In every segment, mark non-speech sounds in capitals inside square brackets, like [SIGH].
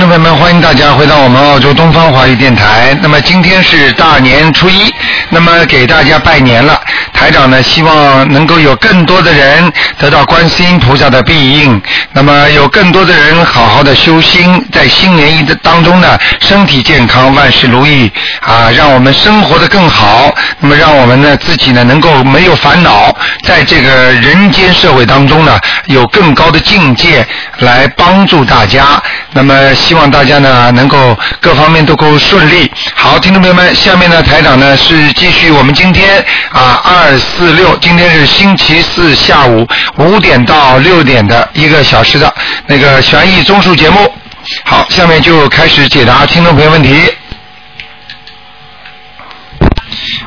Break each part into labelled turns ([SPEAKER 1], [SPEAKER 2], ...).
[SPEAKER 1] 朋友们，欢迎大家回到我们澳洲东方华语电台。那么今天是大年初一，那么给大家拜年了。台长呢，希望能够有更多的人得到观世音菩萨的庇应，那么有更多的人好好的修心，在新年一的当中呢，身体健康，万事如意啊，让我们生活的更好。那么让我们呢自己呢能够没有烦恼，在这个人间社会当中呢，有更高的境界来帮助大家。那么希望大家呢能够各方面都够顺利。好，听众朋友们，下面呢台长呢是继续我们今天啊二四六，今天是星期四下午五点到六点的一个小时的那个悬疑综述节目。好，下面就开始解答听众朋友问题。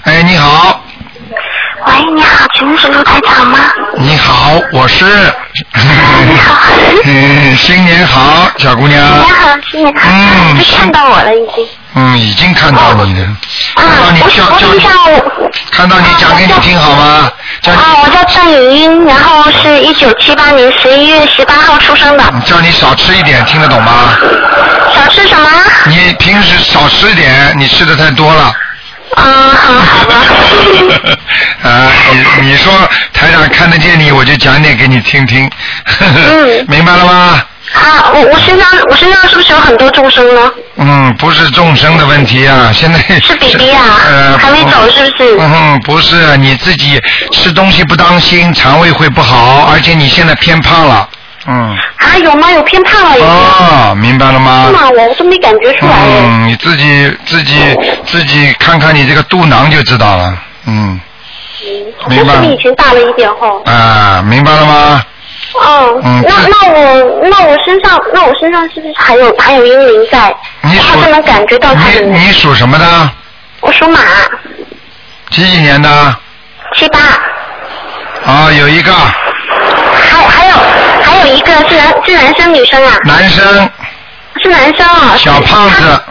[SPEAKER 1] 哎，你好，
[SPEAKER 2] 喂，你好，请问是卢台长吗？
[SPEAKER 1] 你好，我是。
[SPEAKER 2] 你好，
[SPEAKER 1] 嗯，新年好，小姑
[SPEAKER 2] 你
[SPEAKER 1] 娘。
[SPEAKER 2] 好，新年好，
[SPEAKER 1] 嗯
[SPEAKER 2] 你看到我了已经。
[SPEAKER 1] 嗯，已经看到你了，
[SPEAKER 2] 啊
[SPEAKER 1] 看到，你
[SPEAKER 2] 我
[SPEAKER 1] 叫
[SPEAKER 2] 我
[SPEAKER 1] 叫
[SPEAKER 2] 是
[SPEAKER 1] 你
[SPEAKER 2] 上午。
[SPEAKER 1] 看到你讲给你听好吗？叫
[SPEAKER 2] 啊，我叫郑雨英，然后是一九七八年十一月十八号出生的。
[SPEAKER 1] 叫你少吃一点，听得懂吗？
[SPEAKER 2] 想吃什么？
[SPEAKER 1] 你平时少吃一点，你吃的太多了。 [LAUGHS]
[SPEAKER 2] 嗯，好，好吧。
[SPEAKER 1] 啊，你你说台长看得见你，我就讲点给你听听。
[SPEAKER 2] 嗯
[SPEAKER 1] [LAUGHS] 明白了吗？
[SPEAKER 2] 啊，我我身上我身上是不是有很多众生呢？
[SPEAKER 1] 嗯，不是众生的问题啊，现在
[SPEAKER 2] 是 BB 啊，
[SPEAKER 1] [LAUGHS] 呃，
[SPEAKER 2] 还没走是不是？
[SPEAKER 1] 嗯哼，不是你自己吃东西不当心，肠胃会不好，而且你现在偏胖了。嗯。
[SPEAKER 2] 啊，有吗？有偏胖了已经。
[SPEAKER 1] 哦，明白了吗？
[SPEAKER 2] 是吗？我都没感觉出来哎。
[SPEAKER 1] 嗯，你自己自己自己看看你这个肚囊就知道了。嗯，
[SPEAKER 2] 嗯，好
[SPEAKER 1] 明
[SPEAKER 2] 像
[SPEAKER 1] 白
[SPEAKER 2] 是比以前大了一点哈。
[SPEAKER 1] 啊，明白了吗？
[SPEAKER 2] 哦，
[SPEAKER 1] 嗯
[SPEAKER 2] 那
[SPEAKER 1] 这
[SPEAKER 2] 那我那我身上那我身上是不是还有还有阴灵在？
[SPEAKER 1] 你
[SPEAKER 2] 我
[SPEAKER 1] 属
[SPEAKER 2] 好像能感觉到它
[SPEAKER 1] 你
[SPEAKER 2] 的。
[SPEAKER 1] 你属什么的？
[SPEAKER 2] 我属马，
[SPEAKER 1] 几几年的？
[SPEAKER 2] 七八，
[SPEAKER 1] 啊、有一个
[SPEAKER 2] 还还有还有一个是男是男生女生啊？
[SPEAKER 1] 男生，
[SPEAKER 2] 是男生啊、
[SPEAKER 1] 小胖子，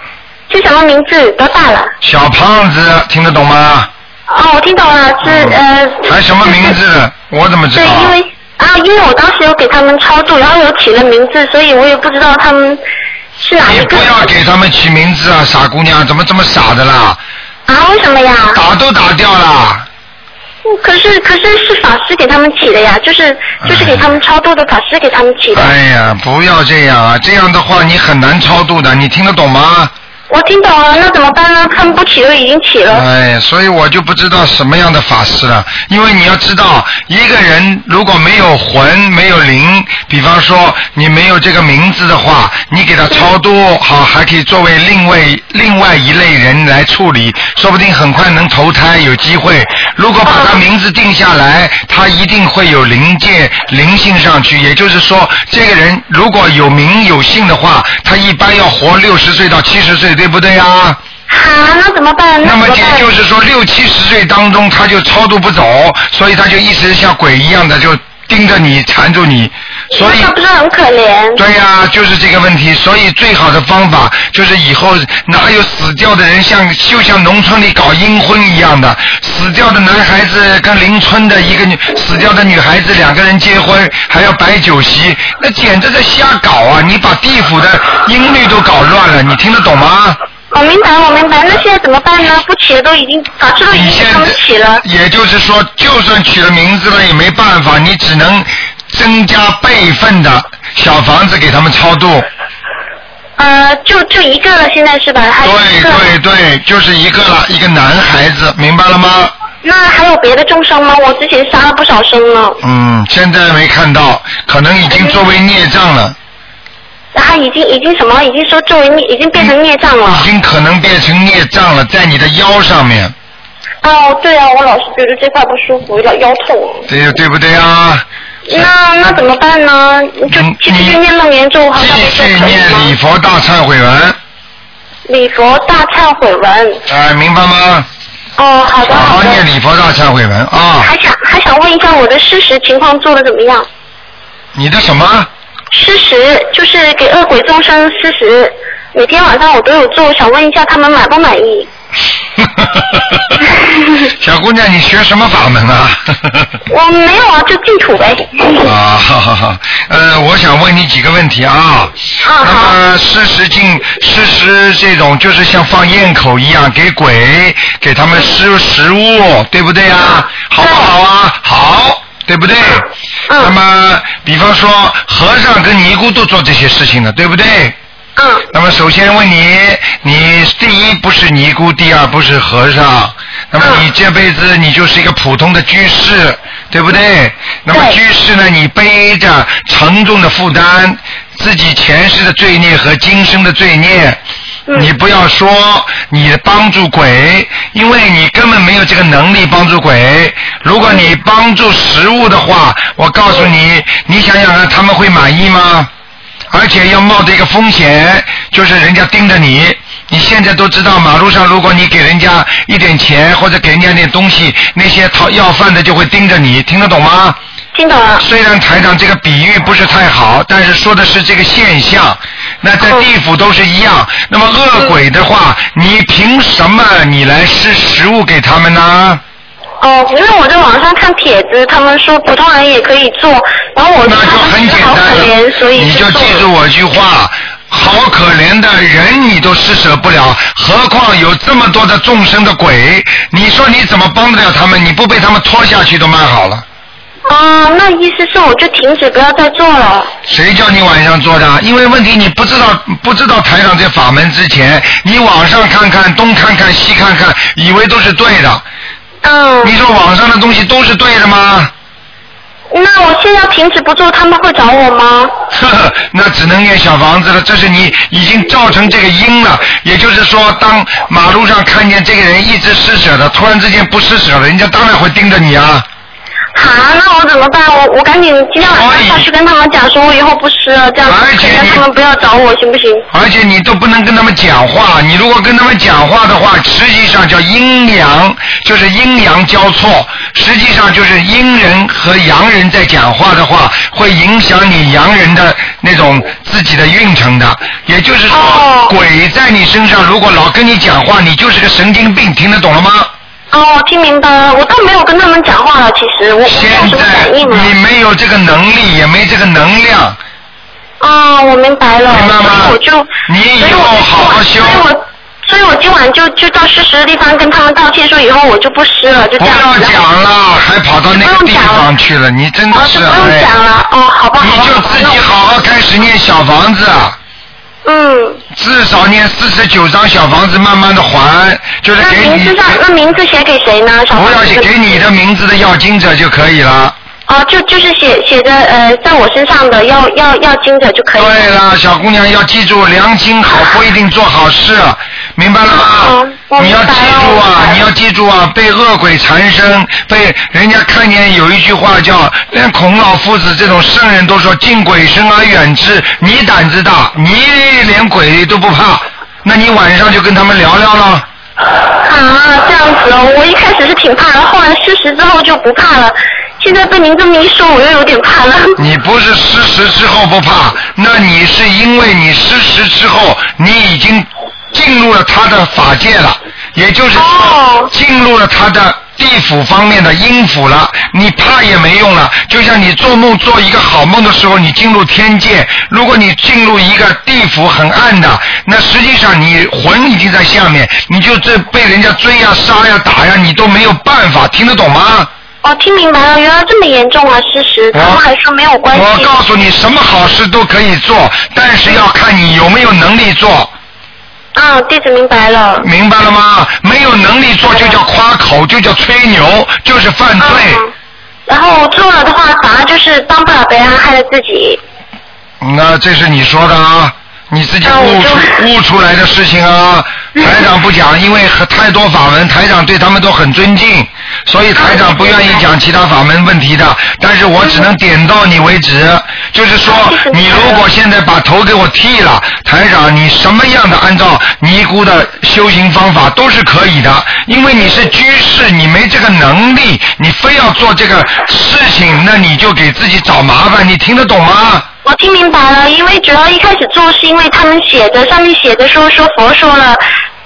[SPEAKER 2] 是什么名字？多大了？
[SPEAKER 1] 小胖子，听得懂吗？
[SPEAKER 2] 哦，我听懂了，是呃。
[SPEAKER 1] 嗯还什么名
[SPEAKER 2] 就是？
[SPEAKER 1] 字？我怎么知
[SPEAKER 2] 对，因
[SPEAKER 1] 道？
[SPEAKER 2] 为啊，因为我当时有给他们超度，然后有起了名字，所以我也不知道他们是哪
[SPEAKER 1] [LAUGHS] 你
[SPEAKER 2] 一
[SPEAKER 1] 不
[SPEAKER 2] 个。
[SPEAKER 1] 要给他们起名字啊，傻姑娘，怎么这么傻的啦？
[SPEAKER 2] 啊？为什么呀？
[SPEAKER 1] 打都打掉了。
[SPEAKER 2] 可是可是是法师给他们起的呀，就是就是给他们超度的法师给他们起的。
[SPEAKER 1] 哎呀，不要这样啊！这样的话你很难超度的，你听得懂吗？
[SPEAKER 2] 我听懂了，那怎么办呢？他们不起都已经起了。
[SPEAKER 1] 哎，所以我就不知道什么样的法师了，因为你要知道，一个人如果没有魂、没有灵，比方说你没有这个名字的话，你给他超度好，还可以作为另外另外一类人来处理，说不定很快能投胎有机会。如果把他名字定下来，他一定会有灵界灵性上去，也就是说，这个人如果有名有姓的话，他一般要活六十岁到七十岁，对不对呀、啊？
[SPEAKER 2] 啊，那怎么办？
[SPEAKER 1] 那
[SPEAKER 2] 怎
[SPEAKER 1] 么
[SPEAKER 2] 么
[SPEAKER 1] 也
[SPEAKER 2] 办？
[SPEAKER 1] 就是说，六七十岁当中他就超度不走，所以他就一直像鬼一样的就盯着你缠住你，所以
[SPEAKER 2] 那他不是很可怜？
[SPEAKER 1] 对呀、就是这个问题。所以最好的方法就是以后哪有死掉的人像就像农村里搞阴婚一样的，死掉的男孩子跟邻村的一个女死掉的女孩子两个人结婚还要摆酒席，那简直在瞎搞啊！你把地府的阴律都搞乱了，你听得懂吗？
[SPEAKER 2] 我明白，我明白。那现在怎么办呢？不起了，都已经法师都已
[SPEAKER 1] 你
[SPEAKER 2] 经
[SPEAKER 1] 现
[SPEAKER 2] 给他们起
[SPEAKER 1] 在
[SPEAKER 2] 了。
[SPEAKER 1] 也就是说，就算取了名字了也没办法，你只能增加辈分的小房子给他们超度。
[SPEAKER 2] 呃，就就一个了，现在是吧？还有一
[SPEAKER 1] 对
[SPEAKER 2] 个。
[SPEAKER 1] 对对，就是一个了，一个男孩子，明白了吗？
[SPEAKER 2] 那还有别的众生吗？我之前杀了不少生呢，
[SPEAKER 1] 嗯，现在没看到，可能已经作为孽障了，
[SPEAKER 2] 然后已经已经什么？已经说作为孽，已经变成孽障了。
[SPEAKER 1] 已经可能变成孽障了，在你的腰上面，
[SPEAKER 2] 哦，对啊，我老是觉得这块不舒服，老腰痛。
[SPEAKER 1] 对对不对啊？
[SPEAKER 2] 那那怎么办呢？就
[SPEAKER 1] 嗯
[SPEAKER 2] 继续
[SPEAKER 1] 你
[SPEAKER 2] 念楞严咒和大悲
[SPEAKER 1] 继
[SPEAKER 2] 咒
[SPEAKER 1] 续
[SPEAKER 2] 可以
[SPEAKER 1] 念礼
[SPEAKER 2] 吗？
[SPEAKER 1] 佛大忏悔文，啊、
[SPEAKER 2] 礼佛大忏悔文。
[SPEAKER 1] 明白吗？
[SPEAKER 2] 哦，好的
[SPEAKER 1] 好
[SPEAKER 2] 好
[SPEAKER 1] 好念
[SPEAKER 2] 的。
[SPEAKER 1] 礼佛大忏悔文啊、
[SPEAKER 2] 还想还想问一下我的事实情况做的怎么样？
[SPEAKER 1] 你的什么？
[SPEAKER 2] 事实就是给恶鬼众生事实，每天晚上我都有做，想问一下他们满不满意？
[SPEAKER 1] [LAUGHS] 小姑娘，你学什么法门啊？ [LAUGHS]
[SPEAKER 2] 我没有啊，就净土呗。
[SPEAKER 1] 啊，好好好，呃，我想问你几个问题啊。
[SPEAKER 2] 啊
[SPEAKER 1] 那
[SPEAKER 2] 好
[SPEAKER 1] 么施食进施食这种，就是像放焰口一样，给鬼给他们施食物，对不对啊？好不好啊？好，对不对？
[SPEAKER 2] 嗯
[SPEAKER 1] 那么，比方说和尚跟尼姑都做这些事情的，对不对？
[SPEAKER 2] 嗯
[SPEAKER 1] 那么首先问你，你第一不是尼姑，第二不是和尚，那么
[SPEAKER 2] 嗯
[SPEAKER 1] 你这辈子你就是一个普通的居士，对不对？那么
[SPEAKER 2] 对
[SPEAKER 1] 居士呢，你背着沉重的负担，自己前世的罪孽和今生的罪孽。
[SPEAKER 2] 嗯
[SPEAKER 1] 你不要说你帮助鬼，因为你根本没有这个能力帮助鬼。如果你帮助食物的话，我告诉你，你想想看他们会满意吗？而且要冒着一个风险，就是人家盯着你。你现在都知道，马路上如果你给人家一点钱或者给人家点东西，那些讨要饭的就会盯着你，听得懂吗？
[SPEAKER 2] 听懂了。
[SPEAKER 1] 虽然台长这个比喻不是太好，但是说的是这个现象。那在地府都是一样。那么恶鬼的话，你凭什么你来施食物给他们呢？
[SPEAKER 2] 哦，因为我在网上看帖子，他们说普通人也可以做，然后我
[SPEAKER 1] 那
[SPEAKER 2] 看
[SPEAKER 1] 就
[SPEAKER 2] 他
[SPEAKER 1] 很
[SPEAKER 2] 们觉
[SPEAKER 1] 简
[SPEAKER 2] 得嗯好
[SPEAKER 1] 单
[SPEAKER 2] 可怜，
[SPEAKER 1] 了，
[SPEAKER 2] 所以
[SPEAKER 1] 你就
[SPEAKER 2] 做
[SPEAKER 1] 记
[SPEAKER 2] 了
[SPEAKER 1] 住我一句话：好可怜的人你都施舍不了，何况有这么多的众生的鬼？你说你怎么帮得了他们？你不被他们拖下去都蛮好了。
[SPEAKER 2] 哦，那意思是我就停止不要再做了。
[SPEAKER 1] 谁叫你晚上做的？因为问题你不知道，不知道台长这法门之前，你网上看看，东看看西看看，以为都是对的。
[SPEAKER 2] 嗯，
[SPEAKER 1] 你说网上的东西都是对的吗？ [LAUGHS]
[SPEAKER 2] 那我现在停止不做，他们会找我吗？
[SPEAKER 1] 呵呵，那只能念小房子了。这是你已经造成这个因了。也就是说，当马路上看见这个人一直施舍的，突然之间不施舍了，人家当然会盯着你啊。
[SPEAKER 2] 啊，那我怎么办？我我赶紧今天晚
[SPEAKER 1] 所以
[SPEAKER 2] 上下去跟他们讲，说我以后不吃了，这样
[SPEAKER 1] 而且
[SPEAKER 2] 子，让
[SPEAKER 1] 你
[SPEAKER 2] 他们不要找我，行不行？
[SPEAKER 1] 而且你都不能跟他们讲话，你如果跟他们讲话的话，实际上叫阴阳，就是阴阳交错，实际上就是阴人和阳人在讲话的话，会影响你阳人的那种自己的运程的。也就是说，
[SPEAKER 2] 哦
[SPEAKER 1] 鬼在你身上如果老跟你讲话，你就是个神经病，听得懂了吗？
[SPEAKER 2] 哦，我听明白了，我倒没有跟他们讲话了，其实我我
[SPEAKER 1] 现
[SPEAKER 2] 没有什么
[SPEAKER 1] 在
[SPEAKER 2] 反应了。
[SPEAKER 1] 你没有这个能力，也没这个能量，
[SPEAKER 2] 哦，我明白了，
[SPEAKER 1] 明白吗
[SPEAKER 2] 所以我就，
[SPEAKER 1] 你以
[SPEAKER 2] 所以
[SPEAKER 1] 后
[SPEAKER 2] 我
[SPEAKER 1] 好好修
[SPEAKER 2] 所以我，所以我今晚就就到事实的地方跟他们道歉，说以后我就不吃了，就
[SPEAKER 1] 不
[SPEAKER 2] 这样子。
[SPEAKER 1] 要讲了，还跑到那个地方去了，你真的
[SPEAKER 2] 哦，
[SPEAKER 1] 是
[SPEAKER 2] 就不
[SPEAKER 1] 哎
[SPEAKER 2] 用讲了，哦，好吧，
[SPEAKER 1] 你
[SPEAKER 2] 好吧，
[SPEAKER 1] 就
[SPEAKER 2] 好吧
[SPEAKER 1] 自
[SPEAKER 2] 那
[SPEAKER 1] 己
[SPEAKER 2] 我
[SPEAKER 1] 好好开始念小房子，啊
[SPEAKER 2] 嗯，
[SPEAKER 1] 至少念四十九张小房子，慢慢的还，就是
[SPEAKER 2] 那
[SPEAKER 1] 给
[SPEAKER 2] 名
[SPEAKER 1] 你
[SPEAKER 2] 字上，那名字写给谁呢？小
[SPEAKER 1] 不
[SPEAKER 2] 房
[SPEAKER 1] 要
[SPEAKER 2] 子
[SPEAKER 1] 写给你的名字的要经者就可以了。
[SPEAKER 2] 哦，就就是写写的呃，在我身上的要要要经者就可以了。
[SPEAKER 1] 对了，小姑娘要记住，良心好不一定做好事，明白了
[SPEAKER 2] 嗯
[SPEAKER 1] 吗？
[SPEAKER 2] 我
[SPEAKER 1] 你要
[SPEAKER 2] 明
[SPEAKER 1] 记
[SPEAKER 2] 白了
[SPEAKER 1] 住
[SPEAKER 2] 我明白
[SPEAKER 1] 啊，
[SPEAKER 2] 了
[SPEAKER 1] 你要记住啊，被恶鬼缠身，被人家看见有一句话叫，连孔老夫子这种圣人都说敬鬼神而远之。你胆子大，你连鬼都不怕，那你晚上就跟他们聊聊了。
[SPEAKER 2] 啊，这样子哦，我一开始是挺怕的，后来事实之后就不怕了。现在被您这么一说，我又有点怕了。
[SPEAKER 1] [LAUGHS] 你不是失实之后不怕，那你是因为你失实之后，你已经进入了他的法界了，也就是说
[SPEAKER 2] 哦
[SPEAKER 1] 进入了他的地府方面的阴府了。你怕也没用了，就像你做梦做一个好梦的时候，你进入天界；如果你进入一个地府很暗的，那实际上你魂已经在下面，你就这被人家追呀、杀呀、打呀，你都没有办法，听得懂吗？
[SPEAKER 2] [LAUGHS] 哦，听明白了，原来这么严重啊！事实，
[SPEAKER 1] 我
[SPEAKER 2] 他们还说没有关
[SPEAKER 1] 我
[SPEAKER 2] 系。
[SPEAKER 1] 告诉你，什么好事都可以做，但是要看你有没有能力做，
[SPEAKER 2] 啊，弟子明白了。
[SPEAKER 1] 明白了吗？没有能力做就叫夸口，就叫吹牛，就是犯罪。
[SPEAKER 2] 嗯。然后做了的话，反而就是帮不了别人，害了自己。
[SPEAKER 1] 那这是你说的啊，你自己悟出、
[SPEAKER 2] 那我就
[SPEAKER 1] 悟出来的事情
[SPEAKER 2] [LAUGHS]
[SPEAKER 1] 啊。台长不讲，因为和太多法门，台长对他们都很尊敬，所以台长不愿意讲其他法门问题的。但是我只能点到你为止，就是说
[SPEAKER 2] 谢谢，
[SPEAKER 1] 你
[SPEAKER 2] 你
[SPEAKER 1] 如果现在把头给我剃了，台长你什么样的按照尼姑的修行方法都是可以的，因为你是居士，你没这个能力，你非要做这个事情，那你就给自己找麻烦，你听得懂吗？
[SPEAKER 2] 我听明白了，因为主要一开始做是因为他们写的，上面写的说说佛说了，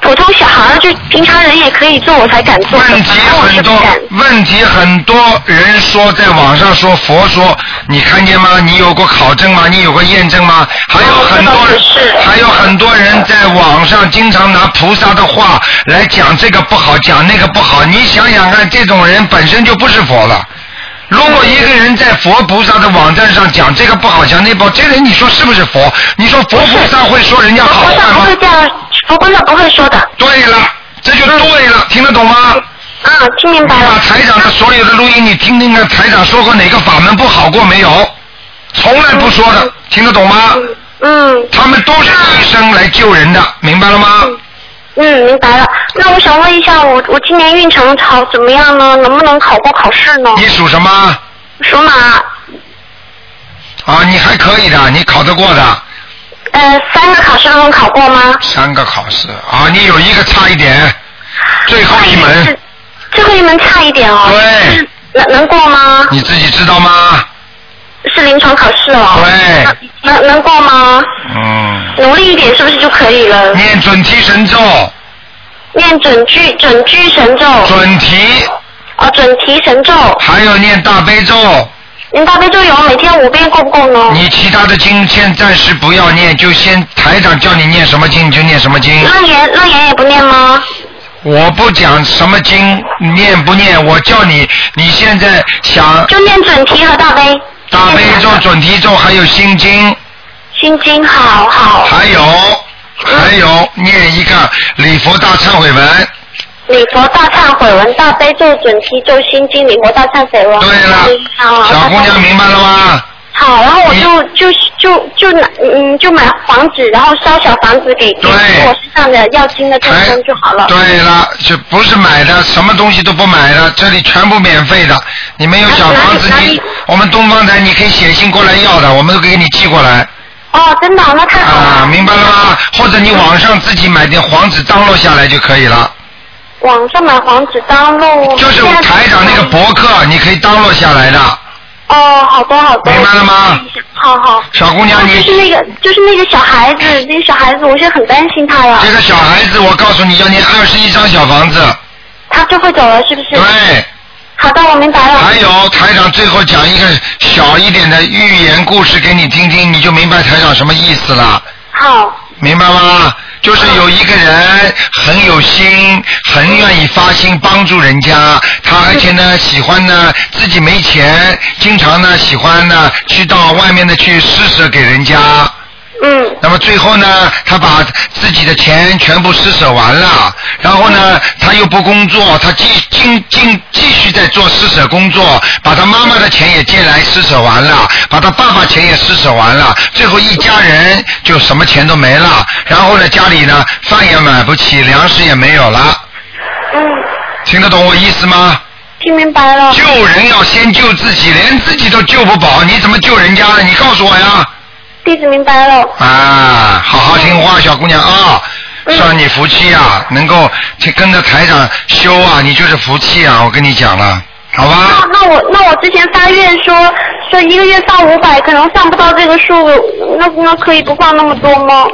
[SPEAKER 2] 普通小孩儿就平常人也可以做，我才 [LAUGHS] 敢做。
[SPEAKER 1] 问题
[SPEAKER 2] 反而我
[SPEAKER 1] 很
[SPEAKER 2] 就不
[SPEAKER 1] 多
[SPEAKER 2] 敢。，
[SPEAKER 1] 问题很多人说在网上说佛说，你看见吗？你有过考证吗？你有过验证吗？还有很多人
[SPEAKER 2] 哦这倒是，
[SPEAKER 1] 还有很多人在网上经常拿菩萨的话来讲这个不好，讲那个不好。你想想看，这种人本身就不是佛了。如果一个人在佛菩萨的网站上讲这个不好，讲那不好，这个人你说是不是佛？你说佛菩萨会说人家好话
[SPEAKER 2] 佛菩萨不
[SPEAKER 1] 吗
[SPEAKER 2] 会？这样，佛菩萨不嗯会说的。
[SPEAKER 1] 对了，这就对了，听得懂吗？
[SPEAKER 2] 啊，听明
[SPEAKER 1] 你
[SPEAKER 2] 白
[SPEAKER 1] 把
[SPEAKER 2] 了。
[SPEAKER 1] 台长的所有的录音，你听听看，台长说过哪个法门不好过没有？从来不说的，听得懂吗？
[SPEAKER 2] 嗯
[SPEAKER 1] 他们都是医生来救人的，明白了吗？
[SPEAKER 2] 嗯，明白了。那我想问一下，我我今年运程好怎么样呢？能不能考过考试呢？
[SPEAKER 1] 你属什么？
[SPEAKER 2] 属马，
[SPEAKER 1] 啊，你还可以的，你考得过的。
[SPEAKER 2] 呃，三个考试都能考过吗？
[SPEAKER 1] 三个考试啊，你有一个差一点，最后一门
[SPEAKER 2] 是，最后一门差一点哦。
[SPEAKER 1] 对
[SPEAKER 2] 是能能过吗？
[SPEAKER 1] 你自己知道吗？
[SPEAKER 2] 是临床考试哦。
[SPEAKER 1] 对
[SPEAKER 2] 能能能过吗？
[SPEAKER 1] 嗯，
[SPEAKER 2] 努力一点是不是就可以了？
[SPEAKER 1] 念准提神咒，
[SPEAKER 2] 念准句准句神咒，
[SPEAKER 1] 准提，
[SPEAKER 2] 哦，准提神咒。
[SPEAKER 1] 还有念大悲咒，
[SPEAKER 2] 您大悲咒有每天五遍够不够呢？
[SPEAKER 1] 你其他的经先暂时不要念，就先台长叫你念什么经你就念什么经。
[SPEAKER 2] 楞严楞严也不念吗？
[SPEAKER 1] 我不讲什么经念不念，我叫你，你现在想
[SPEAKER 2] 就念准提和大悲。
[SPEAKER 1] 大悲咒、准提咒，还有心经，
[SPEAKER 2] 心经，好好。
[SPEAKER 1] 还有还有念一个礼佛大忏悔文。
[SPEAKER 2] 礼佛大忏悔文、大悲咒、准提咒、心经、礼佛大忏悔文。
[SPEAKER 1] 对了
[SPEAKER 2] 好，，
[SPEAKER 1] 小姑娘明白了吗？
[SPEAKER 2] 好，然后我
[SPEAKER 1] 哎
[SPEAKER 2] 就就就就拿嗯就买房子，然后烧小房子给给
[SPEAKER 1] 对
[SPEAKER 2] 我身上的要经的众
[SPEAKER 1] 还
[SPEAKER 2] 生就好了。
[SPEAKER 1] 哎对了，就不是买的，什么东西都不买的，这里全部免费的。你们有小房子，
[SPEAKER 2] 哪里哪
[SPEAKER 1] 你
[SPEAKER 2] 里
[SPEAKER 1] 我们东方台你可以写信过来要的，我们都给你寄过来。
[SPEAKER 2] 哦，真的，那太好了。
[SPEAKER 1] 啊，明白了吗？或者你网上自己买点黄纸张落下来就可以了。
[SPEAKER 2] 网上买黄纸当路。
[SPEAKER 1] 就是
[SPEAKER 2] 现在
[SPEAKER 1] 台长那个博客，你可以 download 下来的。
[SPEAKER 2] 哦，好的好的。
[SPEAKER 1] 明白了吗？
[SPEAKER 2] 好好。
[SPEAKER 1] 小姑
[SPEAKER 2] 哦
[SPEAKER 1] 娘，
[SPEAKER 2] 就是
[SPEAKER 1] 你
[SPEAKER 2] 那个，就是那个小孩子，那个小孩子，我现在很担心他呀
[SPEAKER 1] 这，个小孩子，我告诉你要念二十一张小房子。
[SPEAKER 2] 他就会走了，是不是？哦
[SPEAKER 1] 对，哎
[SPEAKER 2] 好的，我明白了。
[SPEAKER 1] 还有台长最后讲一个小一点的寓言故事给你听听，你就明白台长什么意思了，
[SPEAKER 2] 好，
[SPEAKER 1] 明白吗？就是有一个人很有心，很愿意发心帮助人家，他而且呢喜欢呢自己没钱，经常呢喜欢呢去到外面的去施舍给人家。
[SPEAKER 2] 嗯，
[SPEAKER 1] 那么最后呢，他把自己的钱全部施舍完了，然后呢，他又不工作，他继继继继续在做施舍工作，把他妈妈的钱也借来施舍完了，把他爸爸钱也施舍完了，最后一家人就什么钱都没了，然后呢，家里呢饭也买不起，粮食也没有了，
[SPEAKER 2] 嗯，
[SPEAKER 1] 听得懂我意思吗？
[SPEAKER 2] 听明白了。
[SPEAKER 1] 救人要先救自己，连自己都救不保，你怎么救人家呢？你告诉我呀！
[SPEAKER 2] 弟子明白了。
[SPEAKER 1] 啊，好好听话，小姑娘啊，
[SPEAKER 2] 嗯
[SPEAKER 1] 算你福气啊，能够去跟着台长修啊，你就是福气啊，我跟你讲了，好吧
[SPEAKER 2] 那？那我那我之前发愿说说一个月放五百，可能放不到这个数，那那可以不放那么多吗？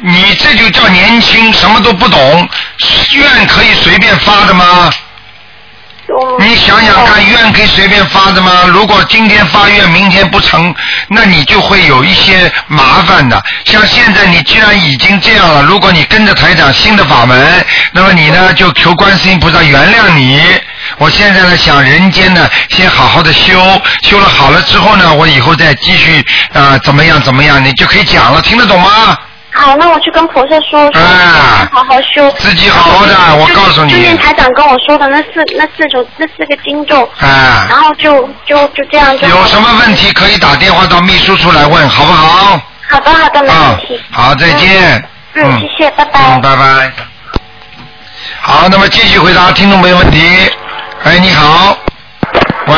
[SPEAKER 1] 你这就叫年轻，什么都不懂，愿可以随便发的吗？
[SPEAKER 2] 嗯
[SPEAKER 1] 你想想看，愿可以随便发的吗？如果今天发愿，明天不成，那你就会有一些麻烦的。像现在你既然已经这样了，如果你跟着台长新的法门，那么你呢就求观世音菩萨原谅你。我现在呢想人间呢先好好的修，修了好了之后呢，我以后再继续啊、呃怎么样怎么样，你就可以讲了，听得懂吗？
[SPEAKER 2] 好，那我去跟菩萨说，说
[SPEAKER 1] 啊
[SPEAKER 2] 好好修，
[SPEAKER 1] 自己好好的
[SPEAKER 2] 然后
[SPEAKER 1] 我
[SPEAKER 2] 哦就
[SPEAKER 1] 告诉你
[SPEAKER 2] 就念台长跟我说的那四那四种那四个经咒，
[SPEAKER 1] 哎、
[SPEAKER 2] 然后就就就这样就好
[SPEAKER 1] 有什么问？题可以打电话到秘书处来问，好不好？
[SPEAKER 2] 好的好的，没
[SPEAKER 1] 啊
[SPEAKER 2] 问题，。
[SPEAKER 1] 好，再见。
[SPEAKER 2] 嗯嗯，谢谢，拜
[SPEAKER 1] 嗯，
[SPEAKER 2] 拜。
[SPEAKER 1] 拜拜。好，那么继续回答听众朋友问题。哎，你好，喂，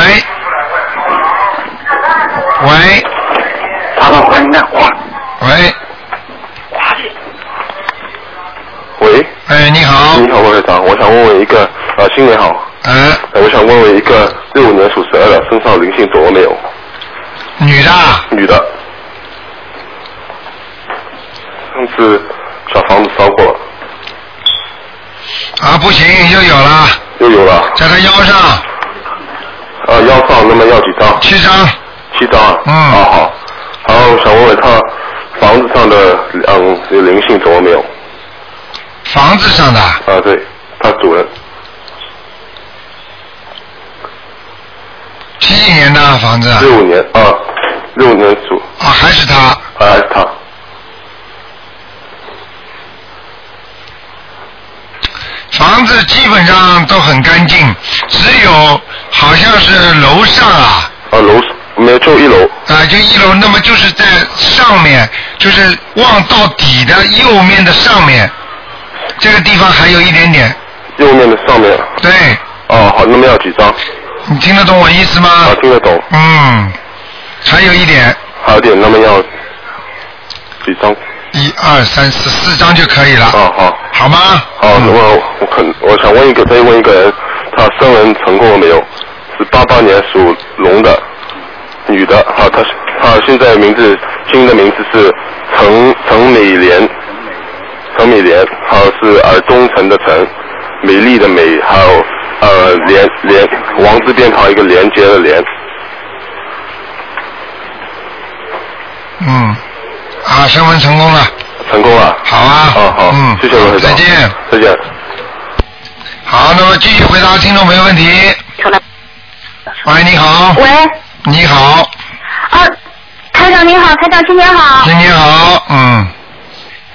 [SPEAKER 1] 喂，
[SPEAKER 3] 他们回那话。
[SPEAKER 1] 喂，
[SPEAKER 3] 喂，
[SPEAKER 1] 哎，你好，
[SPEAKER 3] 你好，罗队长，我想问问一个，呃，新年好，
[SPEAKER 1] 呃，
[SPEAKER 3] 呃我想问问一个六五年属蛇的身上灵性走了没有？
[SPEAKER 1] 女的啊，
[SPEAKER 3] 女的，上次小房子烧过了，
[SPEAKER 1] 啊，不行，又有了，
[SPEAKER 3] 又有了，
[SPEAKER 1] 在他腰上
[SPEAKER 3] 啊，腰上那么要几张？
[SPEAKER 1] 七张，
[SPEAKER 3] 七张啊。
[SPEAKER 1] 嗯
[SPEAKER 3] 啊好，然后想问问他房子上的嗯有灵性走了没有？
[SPEAKER 1] 房子上的
[SPEAKER 3] 啊，对，他主人
[SPEAKER 1] 几几年的房子啊
[SPEAKER 3] 六五年啊，六五年主
[SPEAKER 1] 啊，还是他
[SPEAKER 3] 啊还是他
[SPEAKER 1] 房子基本上都很干净，只有好像是楼上啊，
[SPEAKER 3] 啊楼没有就一楼
[SPEAKER 1] 啊，就一楼，那么就是在上面，就是望到底的右面的上面，这个地方还有一点点。
[SPEAKER 3] 右面的上面啊
[SPEAKER 1] 对，
[SPEAKER 3] 哦，好，那么要几张？
[SPEAKER 1] 你听得懂我意思吗
[SPEAKER 3] 啊，？听得懂，
[SPEAKER 1] 嗯，还有一点，
[SPEAKER 3] 还有点，那么要几张？
[SPEAKER 1] 一二三四四张就可以
[SPEAKER 3] 啊，
[SPEAKER 1] 了，
[SPEAKER 3] 好，
[SPEAKER 1] 好吗？
[SPEAKER 3] 好，那么我肯，我想问一个，再问一个人，他生人成功了没有？是八八年属龙的女的，好，她是她现在名字新的名字是陈陈美莲，陈美莲，还有是呃忠诚的诚，美丽的美，还有呃连连王字边旁一个连接的连，
[SPEAKER 1] 嗯，啊，升温成功了，
[SPEAKER 3] 成功了。
[SPEAKER 1] 好啊。
[SPEAKER 3] 哦好，
[SPEAKER 1] 嗯，
[SPEAKER 3] 谢谢罗会长，
[SPEAKER 1] 再见。
[SPEAKER 3] 再见。
[SPEAKER 1] 好，那么继续回答听众朋友问题。喂，你好，
[SPEAKER 4] 喂，
[SPEAKER 1] 你好，
[SPEAKER 4] 啊，台长您好，台长新年好，
[SPEAKER 1] 新年好，嗯。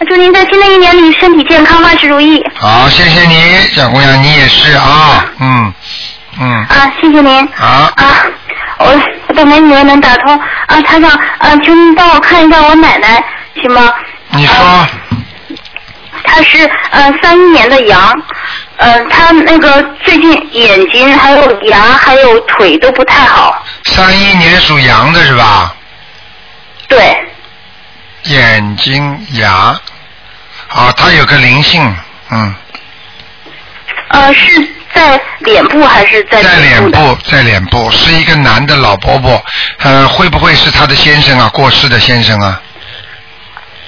[SPEAKER 4] 祝您在新的一年里身体健康，万事如意。
[SPEAKER 1] 好，谢谢你，小姑娘，你也是啊，嗯，嗯，
[SPEAKER 4] 啊，谢谢您。
[SPEAKER 1] 好，
[SPEAKER 4] 啊，我我本来以为能打通啊，台长，啊，请您帮我看一下我奶奶行吗？
[SPEAKER 1] 你说
[SPEAKER 4] 啊，她是呃三一年的羊，呃，她那个最近眼睛还有牙还有腿都不太好，
[SPEAKER 1] 三一年属羊的是吧？
[SPEAKER 4] 对，
[SPEAKER 1] 眼睛牙，好，它有个灵性，嗯，
[SPEAKER 4] 呃，是在脸部还是在
[SPEAKER 1] 在
[SPEAKER 4] 腿
[SPEAKER 1] 脸
[SPEAKER 4] 部的？
[SPEAKER 1] 部，在脸部，是一个男的老伯伯，呃，会不会是他的先生啊？过世的先生啊？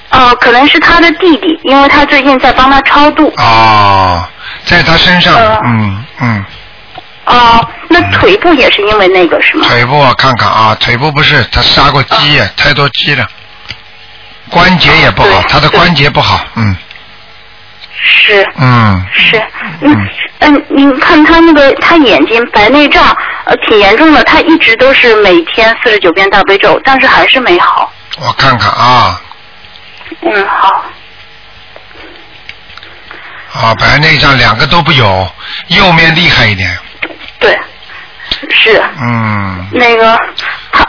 [SPEAKER 4] 呃，可能是她的弟弟，因为她最近在帮她超度。
[SPEAKER 1] 哦，在他身上
[SPEAKER 4] 呃，
[SPEAKER 1] 嗯嗯，
[SPEAKER 4] 哦、那腿部也是因为那个是吗？
[SPEAKER 1] 腿部我看看啊，腿部不是他杀过
[SPEAKER 4] 呃
[SPEAKER 1] 鸡，啊太多鸡了，关节也不好
[SPEAKER 4] 对，
[SPEAKER 1] 他的
[SPEAKER 4] 对
[SPEAKER 1] 关节不好，嗯
[SPEAKER 4] 是。
[SPEAKER 1] 嗯。
[SPEAKER 4] 是，
[SPEAKER 1] 嗯
[SPEAKER 4] 嗯嗯，您看他那个他眼睛白内障，呃，挺严重的。他一直都是每天四十九遍大悲咒，但是还是没好。
[SPEAKER 1] 我看看啊，
[SPEAKER 4] 嗯，好。
[SPEAKER 1] 啊，白内障两个都不有，右面厉害一点，
[SPEAKER 4] 对，是
[SPEAKER 1] 嗯，
[SPEAKER 4] 那个他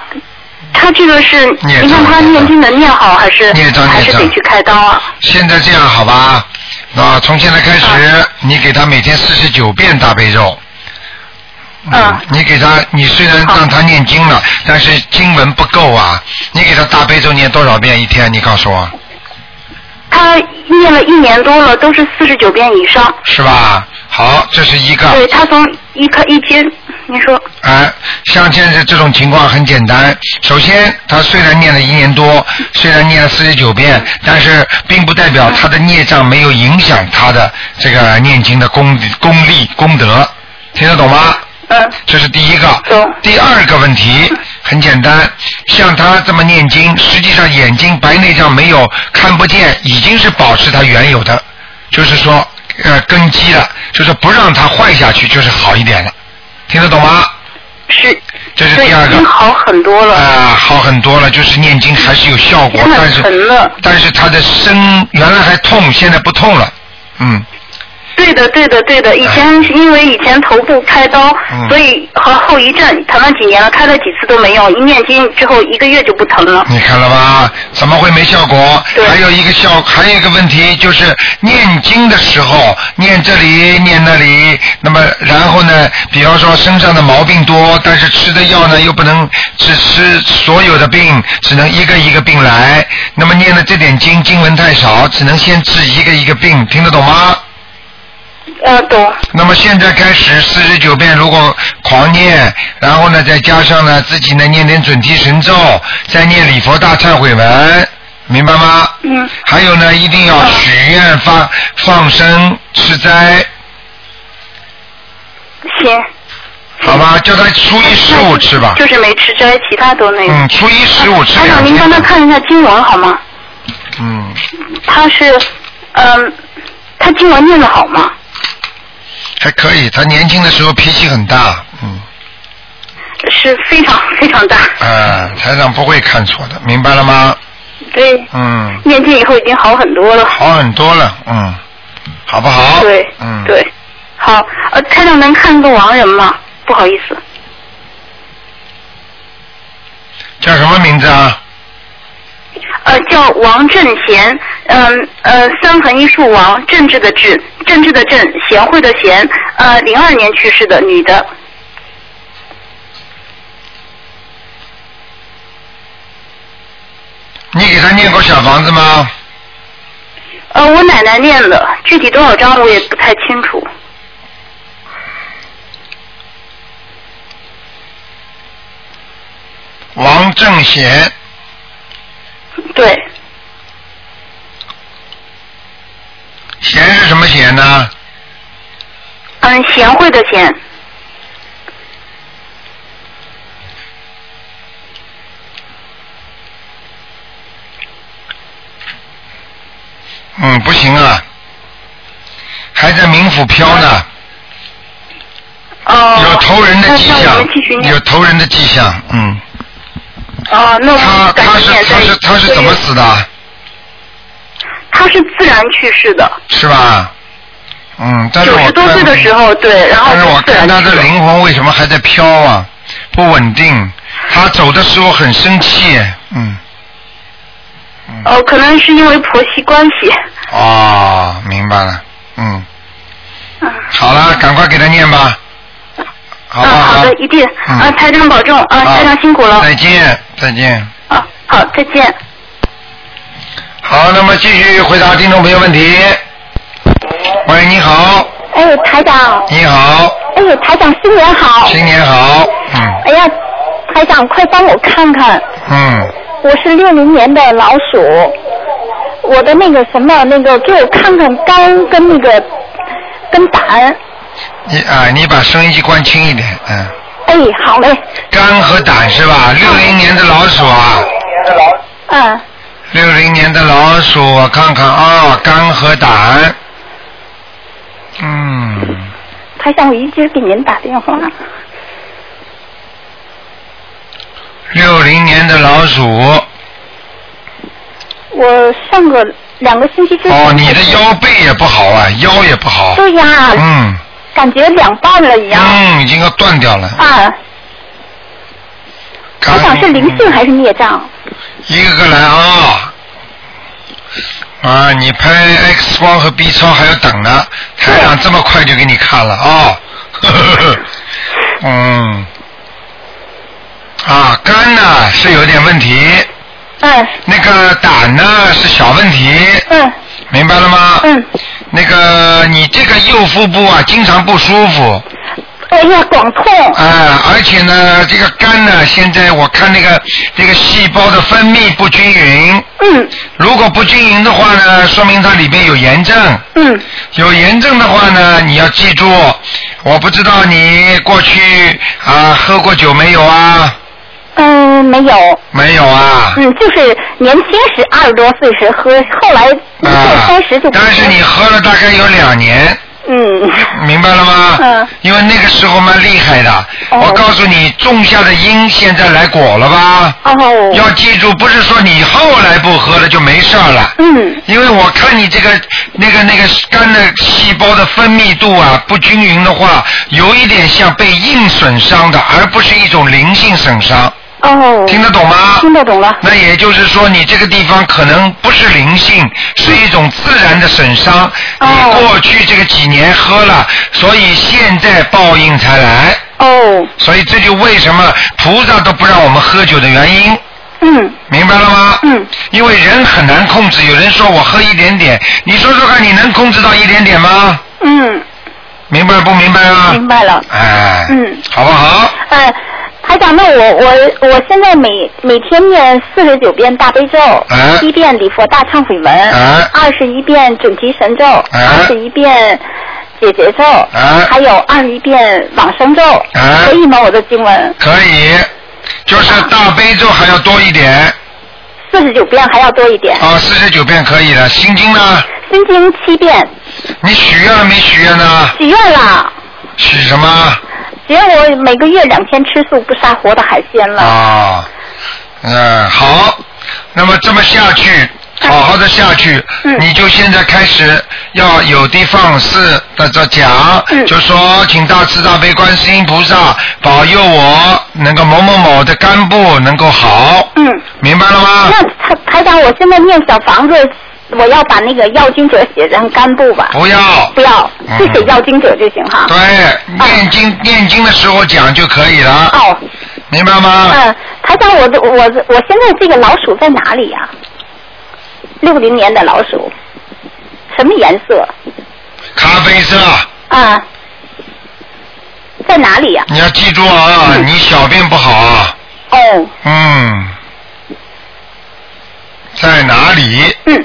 [SPEAKER 4] 他这个是，
[SPEAKER 1] 孽障
[SPEAKER 4] 你看他念经能念好还是
[SPEAKER 1] 孽障
[SPEAKER 4] 还是
[SPEAKER 1] 孽
[SPEAKER 4] 得
[SPEAKER 1] 障
[SPEAKER 4] 去开刀啊？
[SPEAKER 1] 现在这样好吧？啊，从现在开始，你给他每天四十九遍大悲咒。
[SPEAKER 4] 嗯
[SPEAKER 1] 你给他，你虽然
[SPEAKER 4] 好
[SPEAKER 1] 让他念经了，但是经文不够啊。你给他大悲咒念多少遍一天？你告诉我，
[SPEAKER 4] 他念了一年多了，都是四十九遍以上。
[SPEAKER 1] 是啊吧？好，这是一个。
[SPEAKER 4] 对他从一开一接，您说，
[SPEAKER 1] 啊，像现在这种情况很简单。首先，他虽然念了一年多，虽然念了四十九遍，但是并不代
[SPEAKER 4] 嗯
[SPEAKER 1] 表他的孽障没有影响他的这个念经的功功力功德，听得懂吗？
[SPEAKER 4] 嗯
[SPEAKER 1] 这是第一个
[SPEAKER 4] 懂。
[SPEAKER 1] 第二个问题
[SPEAKER 4] 嗯
[SPEAKER 1] 很简单，像他这么念经，实际上眼睛白内障没有看不见，已经是保持他原有的，就是说呃根基了，就是不让它坏下去，就是好一点了，听得懂吗？
[SPEAKER 4] 是，
[SPEAKER 1] 这是
[SPEAKER 4] 对
[SPEAKER 1] 第二
[SPEAKER 4] 已经
[SPEAKER 1] 个。
[SPEAKER 4] 好很多
[SPEAKER 1] 啊、
[SPEAKER 4] 了。
[SPEAKER 1] 好很多了，就是念经还是有效果
[SPEAKER 4] 现，在
[SPEAKER 1] 但是
[SPEAKER 4] 疼了
[SPEAKER 1] 但是他的身原来还痛，现在不痛了，嗯，
[SPEAKER 4] 对的，对的，对的。以前是因为以前头部开刀，
[SPEAKER 1] 哎嗯
[SPEAKER 4] 所以和后遗症疼了几年了，开了几次都没用。一念经之后，一个月就不疼了。
[SPEAKER 1] 你看了吧？怎么会没效果？
[SPEAKER 4] 对
[SPEAKER 1] 还有一个效，还有一个问题就是念经的时候，念这里念那里，那么然后呢，比方说身上的毛病多，但是吃的药呢又不能只吃所有的病，只能一个一个病来。那么念的这点经经文太少，只能先治一个一个病，听得懂吗？嗯
[SPEAKER 4] 呃，懂。
[SPEAKER 1] 那么现在开始四十九遍，如果狂念，然后呢，再加上呢自己呢念点准提神咒，再念礼佛大忏悔文，明白吗？
[SPEAKER 4] 嗯。
[SPEAKER 1] 还有呢，一定要许愿放放生吃斋，
[SPEAKER 4] 行。
[SPEAKER 1] 好吧？叫他初一十五吃吧。
[SPEAKER 4] 哦就是没吃斋，其他都那个。
[SPEAKER 1] 嗯，初一十五吃
[SPEAKER 4] 台
[SPEAKER 1] 两
[SPEAKER 4] 长，您帮他
[SPEAKER 1] 天。
[SPEAKER 4] 看一下经文好吗？
[SPEAKER 1] 嗯，
[SPEAKER 4] 他是，嗯，他经文念的好吗？
[SPEAKER 1] 还可以。他年轻的时候脾气很大，嗯，
[SPEAKER 4] 是非常非常大，
[SPEAKER 1] 啊，台长不会看错的，明白了吗？
[SPEAKER 4] 对，
[SPEAKER 1] 嗯，
[SPEAKER 4] 念经以后已经好很多了。
[SPEAKER 1] 好很多了，嗯，好不好？
[SPEAKER 4] 对，
[SPEAKER 1] 嗯，
[SPEAKER 4] 对，好，呃，台长能看个亡人吗？不好意思，
[SPEAKER 1] 叫什么名字啊？
[SPEAKER 4] 呃，叫王正贤，嗯呃三横一竖王，政治的治，政治的政，贤惠的贤，呃，零二年去世的女的，
[SPEAKER 1] 你给他念过小房子吗？
[SPEAKER 4] 呃，我奶奶念的，具体多少张我也不太清楚，
[SPEAKER 1] 王正贤，
[SPEAKER 4] 对，
[SPEAKER 1] 贤是什么贤呢？
[SPEAKER 4] 嗯，贤惠的贤，
[SPEAKER 1] 嗯，不行啊，还在冥府飘呢，
[SPEAKER 4] 哦，
[SPEAKER 1] 有投人的迹
[SPEAKER 4] 那那我
[SPEAKER 1] 象
[SPEAKER 4] 们继续，念
[SPEAKER 1] 有，投人的迹象，嗯。
[SPEAKER 4] 哦，那我
[SPEAKER 1] 他
[SPEAKER 4] 们赶
[SPEAKER 1] 他
[SPEAKER 4] 紧
[SPEAKER 1] 是他
[SPEAKER 4] 念再
[SPEAKER 1] 是他是怎么死的？
[SPEAKER 4] 他是自然去世的，
[SPEAKER 1] 是吧？嗯，但是
[SPEAKER 4] 九
[SPEAKER 1] 我
[SPEAKER 4] 十多岁的时候，对，然后
[SPEAKER 1] 但是我
[SPEAKER 4] 自
[SPEAKER 1] 看
[SPEAKER 4] 然
[SPEAKER 1] 他的
[SPEAKER 4] 去世
[SPEAKER 1] 灵魂为什么还在飘啊？不稳定。他走的时候很生气，嗯。嗯。
[SPEAKER 4] 哦，可能是因为婆媳关系。
[SPEAKER 1] 哦，明白了，嗯，
[SPEAKER 4] 嗯，
[SPEAKER 1] 好了，赶快给他念吧，好
[SPEAKER 4] 嗯，
[SPEAKER 1] 不
[SPEAKER 4] 好
[SPEAKER 1] 好？
[SPEAKER 4] 的，一定。
[SPEAKER 1] 嗯
[SPEAKER 4] 啊，台长保重，啊，
[SPEAKER 1] 好
[SPEAKER 4] 台长辛苦了。
[SPEAKER 1] 再见，再见。
[SPEAKER 4] 啊，好，再见。
[SPEAKER 1] 好，那么继续回答听众朋友问题。喂，你好，
[SPEAKER 5] 哎，台长，
[SPEAKER 1] 你好，
[SPEAKER 5] 哎，台长新年好！
[SPEAKER 1] 新年好，嗯
[SPEAKER 5] 哎呀，台长，快帮我看看，
[SPEAKER 1] 嗯，
[SPEAKER 5] 我是六零年的老鼠，我的那个什么那个，给我看看肝跟那个跟胆。
[SPEAKER 1] 你啊，你把收音机关轻一点，嗯，
[SPEAKER 5] 哎，好嘞，
[SPEAKER 1] 肝和胆是
[SPEAKER 4] 嗯
[SPEAKER 1] 吧？六零年的老鼠啊，
[SPEAKER 5] 嗯，
[SPEAKER 1] 六零年的老鼠，我看看啊、肝和胆，嗯。
[SPEAKER 5] 台长，我一直给您打电话。
[SPEAKER 1] 六零年的老鼠，
[SPEAKER 5] 我上个两个星期之前。
[SPEAKER 1] 哦，你的腰背也不好啊，腰也不好，
[SPEAKER 5] 对呀，
[SPEAKER 1] 嗯
[SPEAKER 5] 感觉两半了一样。
[SPEAKER 1] 嗯，已经要断掉了。
[SPEAKER 5] 啊，
[SPEAKER 1] 赶
[SPEAKER 5] 台长是灵性还是孽障？
[SPEAKER 1] 嗯一个个来啊、啊，你拍 X 光和 B 超还要等呢，台长这么快就给你看了啊、 [LAUGHS] 呵呵呵，嗯，啊，肝呢是有点问题，
[SPEAKER 5] 嗯
[SPEAKER 1] 那个胆呢是小问题，
[SPEAKER 5] 嗯
[SPEAKER 1] 明白了吗？
[SPEAKER 5] 嗯，
[SPEAKER 1] 那个你这个右腹部啊，经常不舒服，
[SPEAKER 5] 哎呀，广痛。
[SPEAKER 1] 啊、而且呢，这个肝呢，现在我看那个这个细胞的分泌不均匀，
[SPEAKER 5] 嗯
[SPEAKER 1] 如果不均匀的话呢，说明它里边有炎症，
[SPEAKER 5] 嗯
[SPEAKER 1] 有炎症的话呢，你要记住，我不知道你过去啊喝过酒没有啊？
[SPEAKER 5] 嗯，没有。
[SPEAKER 1] 没有啊？
[SPEAKER 5] 嗯，就是年轻时二十多岁时喝，后来一
[SPEAKER 1] 啊
[SPEAKER 5] 过三十嗯就不喝
[SPEAKER 1] 但是你喝了大概有两年，
[SPEAKER 5] 嗯
[SPEAKER 1] 明白了吗？
[SPEAKER 5] 嗯。
[SPEAKER 1] 因为那个时候蛮厉害的，
[SPEAKER 5] 哦
[SPEAKER 1] 我告诉你，种下的因现在来果了吧？
[SPEAKER 5] 哦
[SPEAKER 1] 要记住，不是说你后来不喝了就没事儿了。
[SPEAKER 5] 嗯
[SPEAKER 1] 因为我看你这个那个那个肝的细胞的分泌度啊不均匀的话，有一点像被硬损伤的，而不是一种灵性损伤，
[SPEAKER 5] 哦
[SPEAKER 1] 听得懂吗？
[SPEAKER 5] 听得懂了
[SPEAKER 1] 那也就是说，你这个地方可能不是灵性，是一种自然的损伤。
[SPEAKER 5] 哦
[SPEAKER 1] 你过去这个几年喝了，所以现在报应才来。
[SPEAKER 5] 哦
[SPEAKER 1] 所以这就为什么菩萨都不让我们喝酒的原因，
[SPEAKER 5] 嗯
[SPEAKER 1] 明白了吗？
[SPEAKER 5] 嗯
[SPEAKER 1] 因为人很难控制，有人说我喝一点点，你说说看，你能控制到一点点吗？
[SPEAKER 5] 嗯
[SPEAKER 1] 明白不明白啊？
[SPEAKER 5] 明白了
[SPEAKER 1] 哎。
[SPEAKER 5] 嗯。
[SPEAKER 1] 好不好？
[SPEAKER 5] 呃，台长，那我我我现在每每天念四十九遍大悲咒，
[SPEAKER 1] 啊
[SPEAKER 5] 一遍礼佛大忏悔文，
[SPEAKER 1] 啊
[SPEAKER 5] 二十一遍准提神咒，二十一遍解结咒，
[SPEAKER 1] 啊
[SPEAKER 5] 还有二十一遍往生咒，
[SPEAKER 1] 啊
[SPEAKER 5] 可以吗？我的经文
[SPEAKER 1] 可以，就是大悲咒还要多一点，
[SPEAKER 5] 四十九遍还要多一点，
[SPEAKER 1] 啊，四十九遍可以了。心经呢？
[SPEAKER 5] 心经七遍，
[SPEAKER 1] 你许愿了没许愿呢？
[SPEAKER 5] 许愿啦，
[SPEAKER 1] 许什么？
[SPEAKER 5] 许愿我每个月两天吃素，不杀活的海鲜了。
[SPEAKER 1] 啊，嗯，好，那么这么下去，好好的下去，
[SPEAKER 5] 嗯
[SPEAKER 1] 你就现在开始要有的放矢的这讲，
[SPEAKER 5] 嗯
[SPEAKER 1] 就说请大慈大悲观世音菩萨保佑我能够某某某的肝部能够好，
[SPEAKER 5] 嗯，
[SPEAKER 1] 明白了吗？
[SPEAKER 5] 那台台长，我现在念小房子，我要把那个药经者写成干部吧，
[SPEAKER 1] 不要，
[SPEAKER 5] 不要，
[SPEAKER 1] 哦嗯
[SPEAKER 5] 就写药经者就行哈。
[SPEAKER 1] 对，念经念经的时候讲就可以了，
[SPEAKER 5] 哦，
[SPEAKER 1] 明白吗？
[SPEAKER 5] 嗯，台长，我的我我现在这个老鼠在哪里呀、六零年的老鼠，什么颜色？
[SPEAKER 1] 咖啡色，
[SPEAKER 5] 啊，在哪里呀、
[SPEAKER 1] 你要记住啊，
[SPEAKER 5] 嗯
[SPEAKER 1] 你小便不好啊。
[SPEAKER 5] 哦，
[SPEAKER 1] 嗯，在哪里？
[SPEAKER 5] 嗯，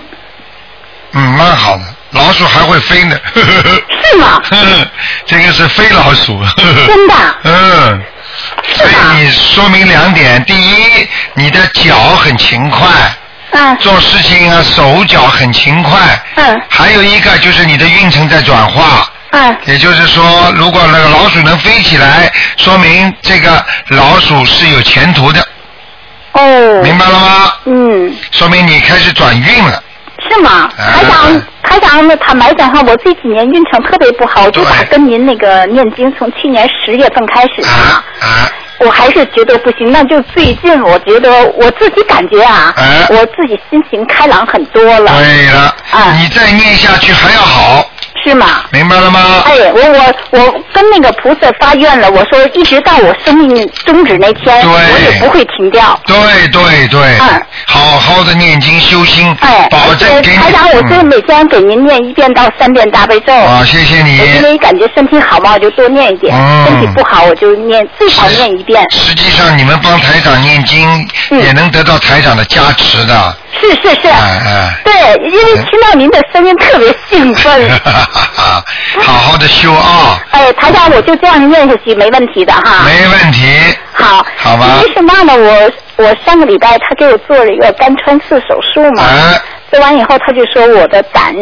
[SPEAKER 1] 嗯，蛮好的，老鼠还会飞呢。呵呵呵
[SPEAKER 5] 是吗？
[SPEAKER 1] 呵呵 [LAUGHS] 这个是飞老鼠。呵呵
[SPEAKER 5] 真的啊
[SPEAKER 1] 嗯，
[SPEAKER 5] 是
[SPEAKER 1] 所以
[SPEAKER 5] 吗？
[SPEAKER 1] 你说明两点：第一，你的脚很勤快，
[SPEAKER 5] 嗯
[SPEAKER 1] 做事情啊手脚很勤快；
[SPEAKER 5] 嗯
[SPEAKER 1] 还有一个就是你的运程在转化。
[SPEAKER 5] 嗯，
[SPEAKER 1] 也就是说，如果那个老鼠能飞起来，说明这个老鼠是有前途的，
[SPEAKER 5] 哦，
[SPEAKER 1] 明白了吗？
[SPEAKER 5] 嗯。
[SPEAKER 1] 说明你开始转运了。
[SPEAKER 5] 是吗？
[SPEAKER 1] 啊
[SPEAKER 5] 台长，台长，那坦白讲哈，我这几年运程特别不好，我就
[SPEAKER 1] 对
[SPEAKER 5] 打跟您那个念经，从去年十月份开始
[SPEAKER 1] 啊啊！
[SPEAKER 5] 我还是觉得不行。那就最近，我觉得我自己感觉啊，
[SPEAKER 1] 啊
[SPEAKER 5] 我自己心情开朗很多了，
[SPEAKER 1] 对了，
[SPEAKER 5] 啊
[SPEAKER 1] 你再念下去还要好，
[SPEAKER 5] 是吗？
[SPEAKER 1] 明白了吗？
[SPEAKER 5] 哎，我我我跟那个菩萨发愿了，我说一直到我生命终止那天，
[SPEAKER 1] 对
[SPEAKER 5] 我也不会停掉。
[SPEAKER 1] 对对对
[SPEAKER 5] 嗯，
[SPEAKER 1] 好好的念经修心
[SPEAKER 5] 哎，，
[SPEAKER 1] 保
[SPEAKER 5] 而且
[SPEAKER 1] 证给
[SPEAKER 5] 台长，我
[SPEAKER 1] 你。
[SPEAKER 5] 就
[SPEAKER 1] 嗯
[SPEAKER 5] 每天给您念一遍到三遍大悲咒。
[SPEAKER 1] 啊，谢谢
[SPEAKER 5] 我因
[SPEAKER 1] 你。
[SPEAKER 5] 为感觉身体好嘛，我就多念一点；
[SPEAKER 1] 嗯
[SPEAKER 5] 身体不好，我就念最少念一遍。
[SPEAKER 1] 实际上，你们帮台长念经，
[SPEAKER 5] 嗯
[SPEAKER 1] 也能得到台长的加持的。
[SPEAKER 5] 是是是，
[SPEAKER 1] 哎哎。
[SPEAKER 5] 对，因为听到您的声音特别兴奋。
[SPEAKER 1] [LAUGHS] 嗯好好的修啊，
[SPEAKER 5] 哎，台长，我就这样念下去，没问题的哈。
[SPEAKER 1] 没问题。
[SPEAKER 5] 好，
[SPEAKER 1] 好吧
[SPEAKER 5] 因为什么呢？我我上个礼拜他给我做了一个肝穿刺手术嘛，
[SPEAKER 1] 哎，
[SPEAKER 5] 做完以后他就说我的胆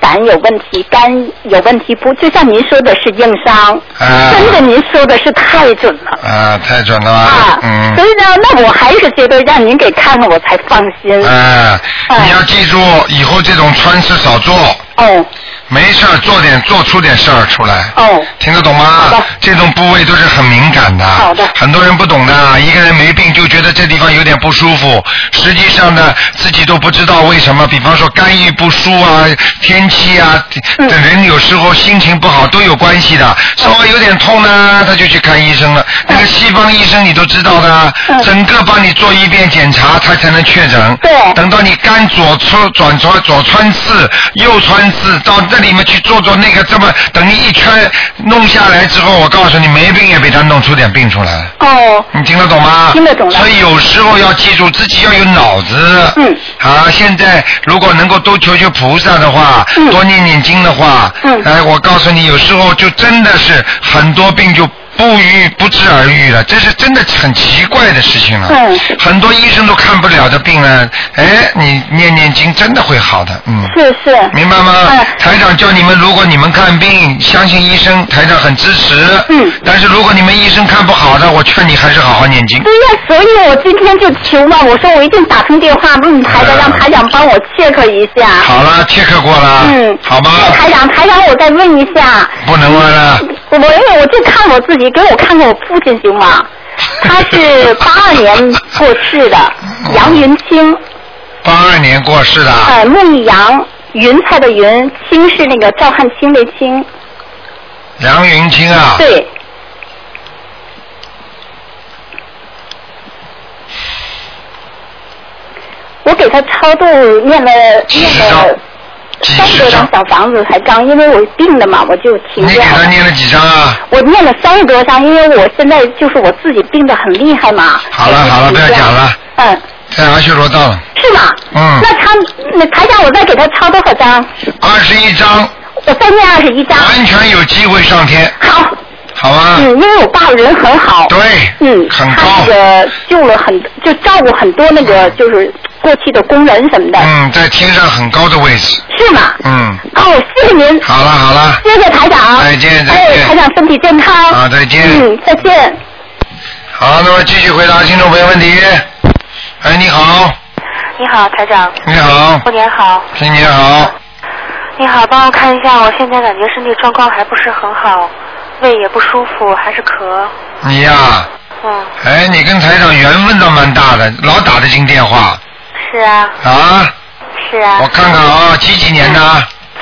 [SPEAKER 5] 胆有问题，肝有问题，不就像您说的是硬伤，
[SPEAKER 1] 啊
[SPEAKER 5] 真的您说的是太准了。
[SPEAKER 1] 啊，太准了吧
[SPEAKER 5] 啊？，
[SPEAKER 1] 嗯
[SPEAKER 5] 所。以呢，那我还是觉得让您给看看，我才放心。
[SPEAKER 1] 哎，
[SPEAKER 5] 哎
[SPEAKER 1] 你要记住，以后这种穿事少做。
[SPEAKER 5] 哦
[SPEAKER 1] 没事儿做点做出点事儿出来，
[SPEAKER 5] 哦，
[SPEAKER 1] 听得懂吗
[SPEAKER 5] 好的？
[SPEAKER 1] 这种部位都是很敏感的，
[SPEAKER 5] 好的
[SPEAKER 1] 很多人不懂的。一个人没病就觉得这地方有点不舒服，实际上呢，自己都不知道为什么。比方说肝郁不舒啊，天气啊，
[SPEAKER 5] 嗯
[SPEAKER 1] 等人有时候心情不好都有关系的。稍微有点痛呢，他就去看医生了。那个西方医生你都知道的，啊
[SPEAKER 5] 嗯
[SPEAKER 1] 整个帮你做一遍检查，他才能确诊。
[SPEAKER 5] 对
[SPEAKER 1] 等到你肝左穿转穿左穿刺右穿刺，到那里面去做做那个，这么等你一圈弄下来之后，我告诉你，没病也被他弄出点病出来。
[SPEAKER 5] 哦，
[SPEAKER 1] 你听得懂吗？
[SPEAKER 5] 听得懂了
[SPEAKER 1] 所以有时候要记住自己要有脑子。
[SPEAKER 5] 嗯。
[SPEAKER 1] 啊，现在如果能够多求求菩萨的话，
[SPEAKER 5] 嗯
[SPEAKER 1] 多念念经的话，
[SPEAKER 5] 嗯
[SPEAKER 1] 哎，我告诉你，有时候就真的是很多病就。不愈不治而愈了，这是真的很奇怪的事情了。
[SPEAKER 5] 嗯
[SPEAKER 1] 很多医生都看不了的病呢，哎，你念念经真的会好的，嗯。
[SPEAKER 5] 是是，
[SPEAKER 1] 明白吗？
[SPEAKER 5] 嗯
[SPEAKER 1] 台长叫你们，如果你们看病，相信医生，台长很支持。
[SPEAKER 5] 嗯
[SPEAKER 1] 但是如果你们医生看不好的，我劝你还是好好念经。
[SPEAKER 5] 对呀，所以我今天就求嘛，我说我一定打通电话问台
[SPEAKER 1] 嗯
[SPEAKER 5] 长，让台长帮我 check 一下。
[SPEAKER 1] 好了，切克过了。
[SPEAKER 5] 嗯，
[SPEAKER 1] 好吧，
[SPEAKER 5] 那台长，台长，我再问一下，
[SPEAKER 1] 不能问了。
[SPEAKER 5] 我因为我就看我自己，给我看看我父亲行
[SPEAKER 1] [LAUGHS]
[SPEAKER 5] 吗？他是八二年过世的，
[SPEAKER 1] 嗯
[SPEAKER 5] 杨云清，
[SPEAKER 1] 啊八二年过世的。
[SPEAKER 5] 呃，木易杨，云彩的云，清是那个赵汉卿的清，
[SPEAKER 1] 梁云清啊。。
[SPEAKER 5] 对，我给他超度念了
[SPEAKER 1] 七
[SPEAKER 5] 念
[SPEAKER 1] 十
[SPEAKER 5] 了
[SPEAKER 1] 几
[SPEAKER 5] 三
[SPEAKER 1] 十张
[SPEAKER 5] 百张？小房子才刚，因为我病了嘛，我就停
[SPEAKER 1] 你给
[SPEAKER 5] 掉
[SPEAKER 1] 他
[SPEAKER 5] 了。
[SPEAKER 1] 念了几张啊？
[SPEAKER 5] 我念了三十多张，因为我现在就是我自己病得很厉害嘛。
[SPEAKER 1] 好了
[SPEAKER 5] 所以
[SPEAKER 1] 好了，不要讲了，
[SPEAKER 5] 嗯，
[SPEAKER 1] 在阿修罗道了。
[SPEAKER 5] 是吗？
[SPEAKER 1] 嗯
[SPEAKER 5] 那他那台长，我再给他抄多少张？
[SPEAKER 1] 二十一张，
[SPEAKER 5] 我再念二十一张。
[SPEAKER 1] 完全有机会上天，
[SPEAKER 5] 好，
[SPEAKER 1] 好吧？
[SPEAKER 5] 嗯，因为我爸人很好。
[SPEAKER 1] 对，
[SPEAKER 5] 嗯，
[SPEAKER 1] 很
[SPEAKER 5] 他
[SPEAKER 1] 高
[SPEAKER 5] 那。个救了很，就照顾很多那个就是过去的工人什么的，
[SPEAKER 1] 嗯，在天上很高的位置。
[SPEAKER 5] 是吗？
[SPEAKER 1] 嗯，
[SPEAKER 5] 哦，谢谢您，
[SPEAKER 1] 好了好了，
[SPEAKER 5] 谢谢台长。
[SPEAKER 1] 再见再
[SPEAKER 5] 哎，
[SPEAKER 1] 见
[SPEAKER 5] 台长身体健康。
[SPEAKER 1] 好再见
[SPEAKER 5] 嗯，再见。
[SPEAKER 1] 好，那么继续回答听众朋友问题。哎，你好，
[SPEAKER 4] 你好，台长，
[SPEAKER 1] 你好
[SPEAKER 4] 过，年好。
[SPEAKER 1] 新年好，
[SPEAKER 4] 你好，帮我看一下，我现在感觉身体状况还不是很好，胃也不舒服，还是咳。
[SPEAKER 1] 你呀、
[SPEAKER 4] 嗯，
[SPEAKER 1] 哎，你跟台长缘分倒蛮大的，老打得进电话
[SPEAKER 4] 是啊，
[SPEAKER 1] 啊。
[SPEAKER 4] 是啊
[SPEAKER 1] 我，看看啊，几几年的？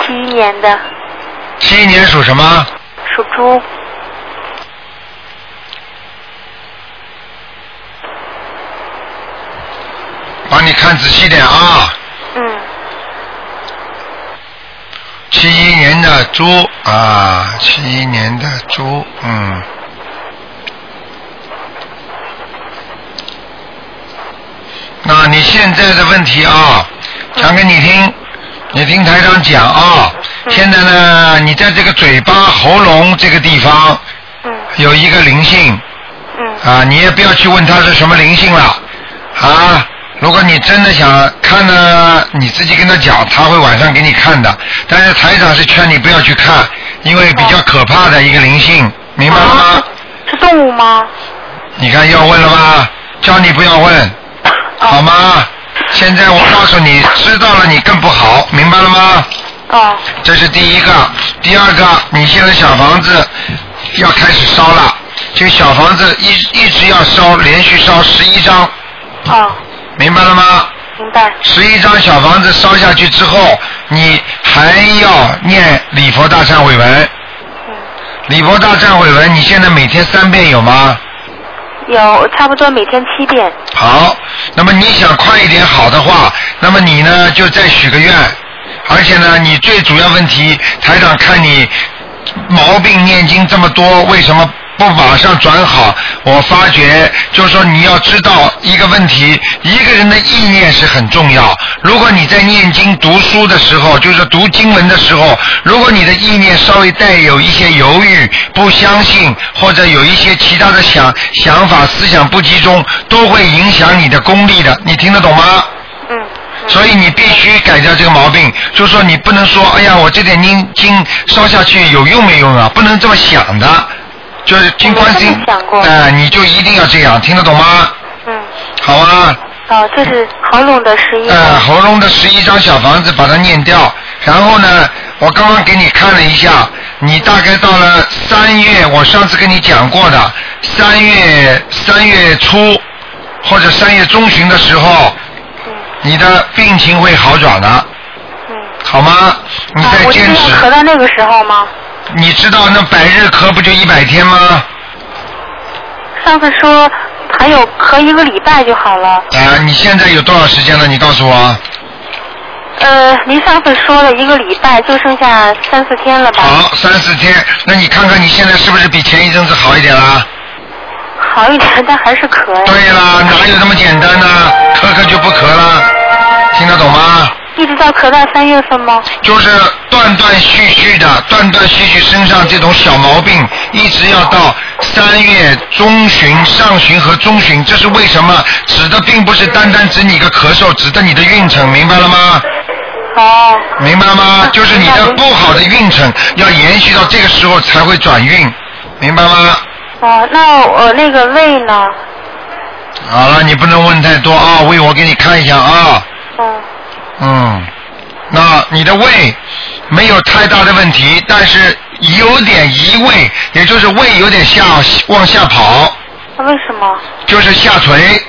[SPEAKER 4] 七一年的，
[SPEAKER 1] 七一年属什么？
[SPEAKER 4] 属猪。
[SPEAKER 1] 帮你看仔细点啊，
[SPEAKER 4] 嗯，
[SPEAKER 1] 七一年的猪啊，七一年的猪，嗯。那啊你现在的问题啊，讲给你听，你听台长讲啊。
[SPEAKER 4] 嗯
[SPEAKER 1] 现在呢，你在这个嘴巴、喉咙这个地方
[SPEAKER 4] 嗯，
[SPEAKER 1] 有一个灵性，
[SPEAKER 4] 嗯，
[SPEAKER 1] 啊，你也不要去问他是什么灵性了，啊，如果你真的想看呢，你自己跟他讲，他会晚上给你看的。但是台长是劝你不要去看，因为比较
[SPEAKER 4] 哦
[SPEAKER 1] 可怕的一个灵性，明白了吗？
[SPEAKER 4] 是动物吗？
[SPEAKER 1] 你看要问了吧？叫你不要
[SPEAKER 4] [COUGHS] 哦
[SPEAKER 1] 问，好吗？现在我告诉你，知道了你更不好，明白了吗？
[SPEAKER 4] 哦，
[SPEAKER 1] 这是第一个，第二个，你现在小房子要开始烧了，这个小房子一一直要烧，连续烧十一张，嗯
[SPEAKER 4] 哦，
[SPEAKER 1] 明白了吗？
[SPEAKER 4] 明白。
[SPEAKER 1] 十一张小房子烧下去之后，你还要念礼佛大忏悔文。
[SPEAKER 4] 嗯，
[SPEAKER 1] 礼佛大忏悔文，你现在每天三遍有吗？
[SPEAKER 4] 有差不多每天七遍。
[SPEAKER 1] 好，那么你想快一点好的话，那么你呢就再许个愿，而且呢，你最主要问题，台长看你毛病念经这么多，为什么不马上转好？我发觉就是说你要知道一个问题，一个人的意念是很重要。如果你在念经读书的时候，就是读经文的时候，如果你的意念稍微带有一些犹豫、不相信，或者有一些其他的想想法、思想不集中，都会影响你的功力的。你听得懂吗？
[SPEAKER 4] 嗯，
[SPEAKER 1] 所以你必须改掉这个毛病，就说你不能说，哎呀，我这点经经烧下去有用没用啊？不能这么想的，就是经观世音
[SPEAKER 4] 我没这么想过
[SPEAKER 1] 哎、你就一定要这样，听得懂吗？
[SPEAKER 4] 嗯，
[SPEAKER 1] 好啊，
[SPEAKER 4] 哦，这是喉咙的十一。
[SPEAKER 1] 呃，喉咙的十一张小房子把它念掉，然后呢，我刚刚给你看了一下，你大概到了三月，我上次跟你讲过的，三月三月初或者三月中旬的时候，
[SPEAKER 4] 嗯
[SPEAKER 1] 你的病情会好转的。
[SPEAKER 4] 嗯。
[SPEAKER 1] 好吗？你
[SPEAKER 4] 啊
[SPEAKER 1] 再
[SPEAKER 4] 我一
[SPEAKER 1] 坚
[SPEAKER 4] 定要咳
[SPEAKER 1] 持。
[SPEAKER 4] 到那个时候吗？
[SPEAKER 1] 你知道那百日咳不就一百天吗？
[SPEAKER 4] 上次说还有咳一个礼拜就好了。
[SPEAKER 1] 啊，你现在有多少时间了？你告诉我。
[SPEAKER 4] 呃，您上次说了一个礼拜，就剩下三四天了吧？
[SPEAKER 1] 好，三四天。那你看看你现在是不是比前一阵子好一点啦？
[SPEAKER 4] 好一点，但还是咳呀，
[SPEAKER 1] 对啦，哪有那么简单呢、咳咳就不咳了，听得懂吗？
[SPEAKER 4] 一直到咳到三月份吗？
[SPEAKER 1] 就是断断续续的，断断续续身上这种小毛病，一直要到三月中旬、上旬和中旬，这是为什么？指的并不是单单指你一个咳嗽，指的你的运程，明白了吗？
[SPEAKER 4] 哦，
[SPEAKER 1] 明白吗？就是你的不好的运程要延续到这个时候才会转运，明白吗？
[SPEAKER 4] 哦，那我、呃、那个胃呢？
[SPEAKER 1] 好了，你不能问太多啊，胃我给你看一下啊，
[SPEAKER 4] 嗯，
[SPEAKER 1] 嗯，那你的胃没有太大的问题，但是有点移胃，也就是胃有点下往下跑，
[SPEAKER 4] 那为什么？
[SPEAKER 1] 就是下垂。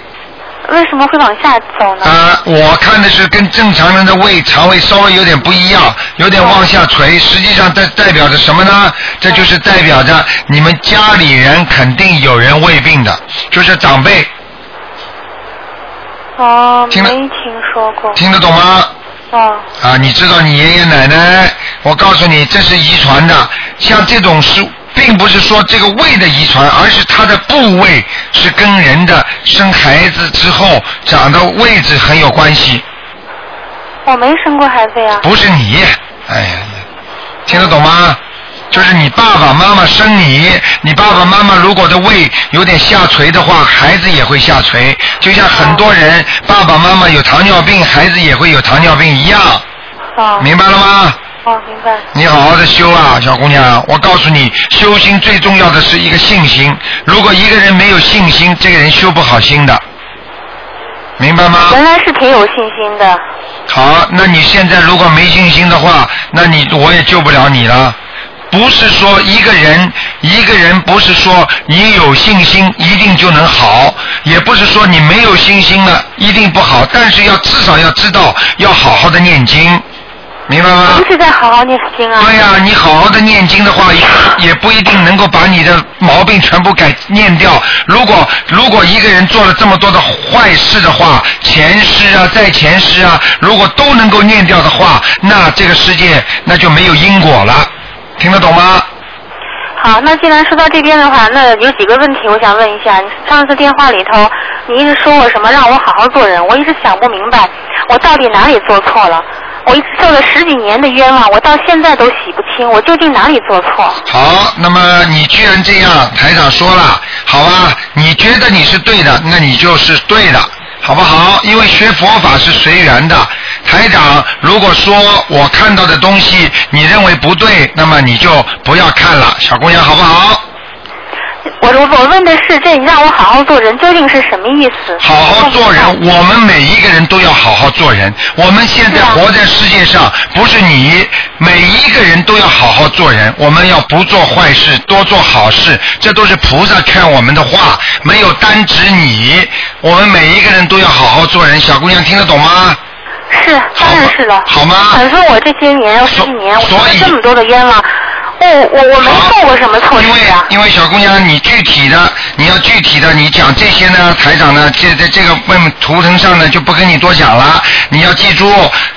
[SPEAKER 4] 为什么会往下走呢？
[SPEAKER 1] 啊，我看的是跟正常人的胃肠胃稍微有点不一样，有点往下
[SPEAKER 4] 哦
[SPEAKER 1] 垂。实际上代代表着什么呢？这就是代表着你们家里人肯定有人胃病的，就是长辈，
[SPEAKER 4] 哦，
[SPEAKER 1] 听
[SPEAKER 4] 没
[SPEAKER 1] 了
[SPEAKER 4] 哦听说过。
[SPEAKER 1] 听得懂吗？
[SPEAKER 4] 哦，
[SPEAKER 1] 啊，你知道你爷爷奶奶，我告诉你，这是遗传的。像这种是，并不是说这个胃的遗传，而是它的部位是跟人的生孩子之后长的位置很有关系，
[SPEAKER 4] 我没生过孩子呀。
[SPEAKER 1] 不是你。哎呀，听得懂吗？就是你爸爸妈妈生你，你爸爸妈妈如果的胃有点下垂的话，孩子也会下垂。就像很多人爸爸妈妈有糖尿病，孩子也会有糖尿病一样，
[SPEAKER 4] 哦。
[SPEAKER 1] 明白了吗？
[SPEAKER 4] 哦，明白。
[SPEAKER 1] 你好好的修啊，小姑娘，我告诉你，修心最重要的是一个信心。如果一个人没有信心，这个人修不好心的，明白吗？
[SPEAKER 4] 原来是挺有信心的。
[SPEAKER 1] 好，那你现在如果没信心的话，那你我也救不了你了。不是说一个人，一个人不是说你有信心一定就能好，也不是说你没有信心了一定不好，但是要至少要知道要好好的念经，明白吗？
[SPEAKER 4] 不是在好好念经啊。
[SPEAKER 1] 对呀、你好好的念经的话，也也不一定能够把你的毛病全部改念掉。如果如果一个人做了这么多的坏事的话，前世啊，在前世啊，如果都能够念掉的话，那这个世界那就没有因果了。听得懂吗？
[SPEAKER 4] 好，那既然说到这边的话，那有几个问题我想问一下。你上次电话里头，你一直说我什么让我好好做人，我一直想不明白，我到底哪里做错了？我一直受了十几年的冤枉，我到现在都洗不清，我究竟哪里做错？
[SPEAKER 1] 好，那么你居然这样，台长说了，好吧？你觉得你是对的，那你就是对的，好不好？因为学佛法是随缘的。台长，如果说我看到的东西你认为不对，那么你就不要看了，小姑娘，好不好？
[SPEAKER 4] 我我我问的是，这你让我好好做人究竟是什么意思？
[SPEAKER 1] 好好做人，我们每一个人都要好好做人。我们现在
[SPEAKER 4] 啊
[SPEAKER 1] 活在世界上，不是你，每一个人都要好好做人。我们要不做坏事，多做好事，这都是菩萨劝我们的话，没有单指你。我们每一个人都要好好做人。小姑娘听得懂吗？
[SPEAKER 4] 是，当然是了。
[SPEAKER 1] 好吗？
[SPEAKER 4] 反正我这些年十几年，我
[SPEAKER 1] 所
[SPEAKER 4] 受了
[SPEAKER 1] 以
[SPEAKER 4] 这么多的冤枉，我我我没
[SPEAKER 1] 好
[SPEAKER 4] 做过什么错
[SPEAKER 1] 因为
[SPEAKER 4] 事啊。
[SPEAKER 1] 因为小姑娘，你具体的，你要具体的，你讲这些呢，台长呢，这在这个问图腾上呢，就不跟你多讲了。你要记住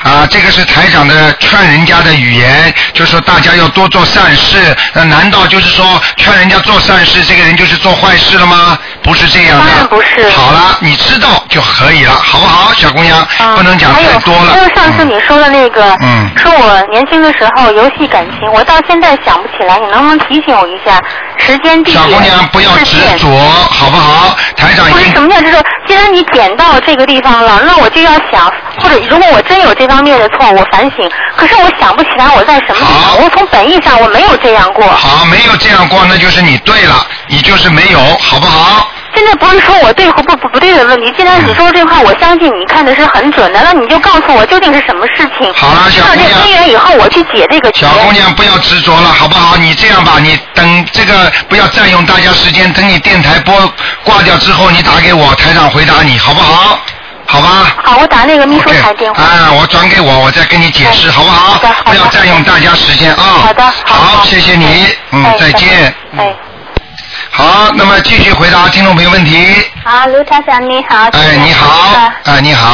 [SPEAKER 1] 啊，这个是台长的劝人家的语言，就说大家要多做善事。那难道就是说劝人家做善事，这个人就是做坏事了吗？不是这样的。
[SPEAKER 4] 当然不是
[SPEAKER 1] 好了，你知道就可以了，好不好，小姑娘？
[SPEAKER 4] 啊
[SPEAKER 1] 不能讲太多了。
[SPEAKER 4] 还有还有上次
[SPEAKER 1] 嗯
[SPEAKER 4] 你说的那个，
[SPEAKER 1] 嗯
[SPEAKER 4] 说我年轻的时候游戏感情，我到现在想不起来，你能不能提醒我一下时间、地点、
[SPEAKER 1] 小姑娘不要执
[SPEAKER 4] 事件？
[SPEAKER 1] 着，好不好？台长已
[SPEAKER 4] 不是
[SPEAKER 1] 经
[SPEAKER 4] 什么叫执着？既然你点到这个地方了，那我就要想，或者如果我真有这方面的错，我反省。可是我想不起来我在什么地
[SPEAKER 1] 好
[SPEAKER 4] 方，我从本意上我没有这样过。
[SPEAKER 1] 好，没有这样过，那就是你对了，你就是没有，好不好？
[SPEAKER 4] 现在不是说我对和不不不对的问题，既然
[SPEAKER 1] 嗯
[SPEAKER 4] 你说这块，我相信你看的是很准的，那你就告诉我究竟是什么事情。
[SPEAKER 1] 好了小
[SPEAKER 4] 到
[SPEAKER 1] 姑
[SPEAKER 4] 这
[SPEAKER 1] 娘
[SPEAKER 4] 根源以后，我去解这个结
[SPEAKER 1] 小。姑娘，不要执着了，好不好？你这样吧，你等这个不要占用大家时间，等你电台播挂掉之后，你打给我，台长回答你，好不好？好吧。
[SPEAKER 4] 好，我打那个秘书
[SPEAKER 1] OK，
[SPEAKER 4] 台电话。
[SPEAKER 1] 啊，我转给我，我再跟你解释，
[SPEAKER 4] 哎
[SPEAKER 1] 好不好
[SPEAKER 4] 好的好？的
[SPEAKER 1] 不要占用大家时间啊。
[SPEAKER 4] 好的，
[SPEAKER 1] 好，谢谢你，嗯
[SPEAKER 4] 哎，
[SPEAKER 1] 再见。嗯
[SPEAKER 4] 哎。
[SPEAKER 1] 好，那么继续回答听众朋友问题。
[SPEAKER 5] 好，卢台长你好。
[SPEAKER 1] 哎，
[SPEAKER 5] 请
[SPEAKER 1] 你好
[SPEAKER 5] 啊，
[SPEAKER 1] 哎，你好，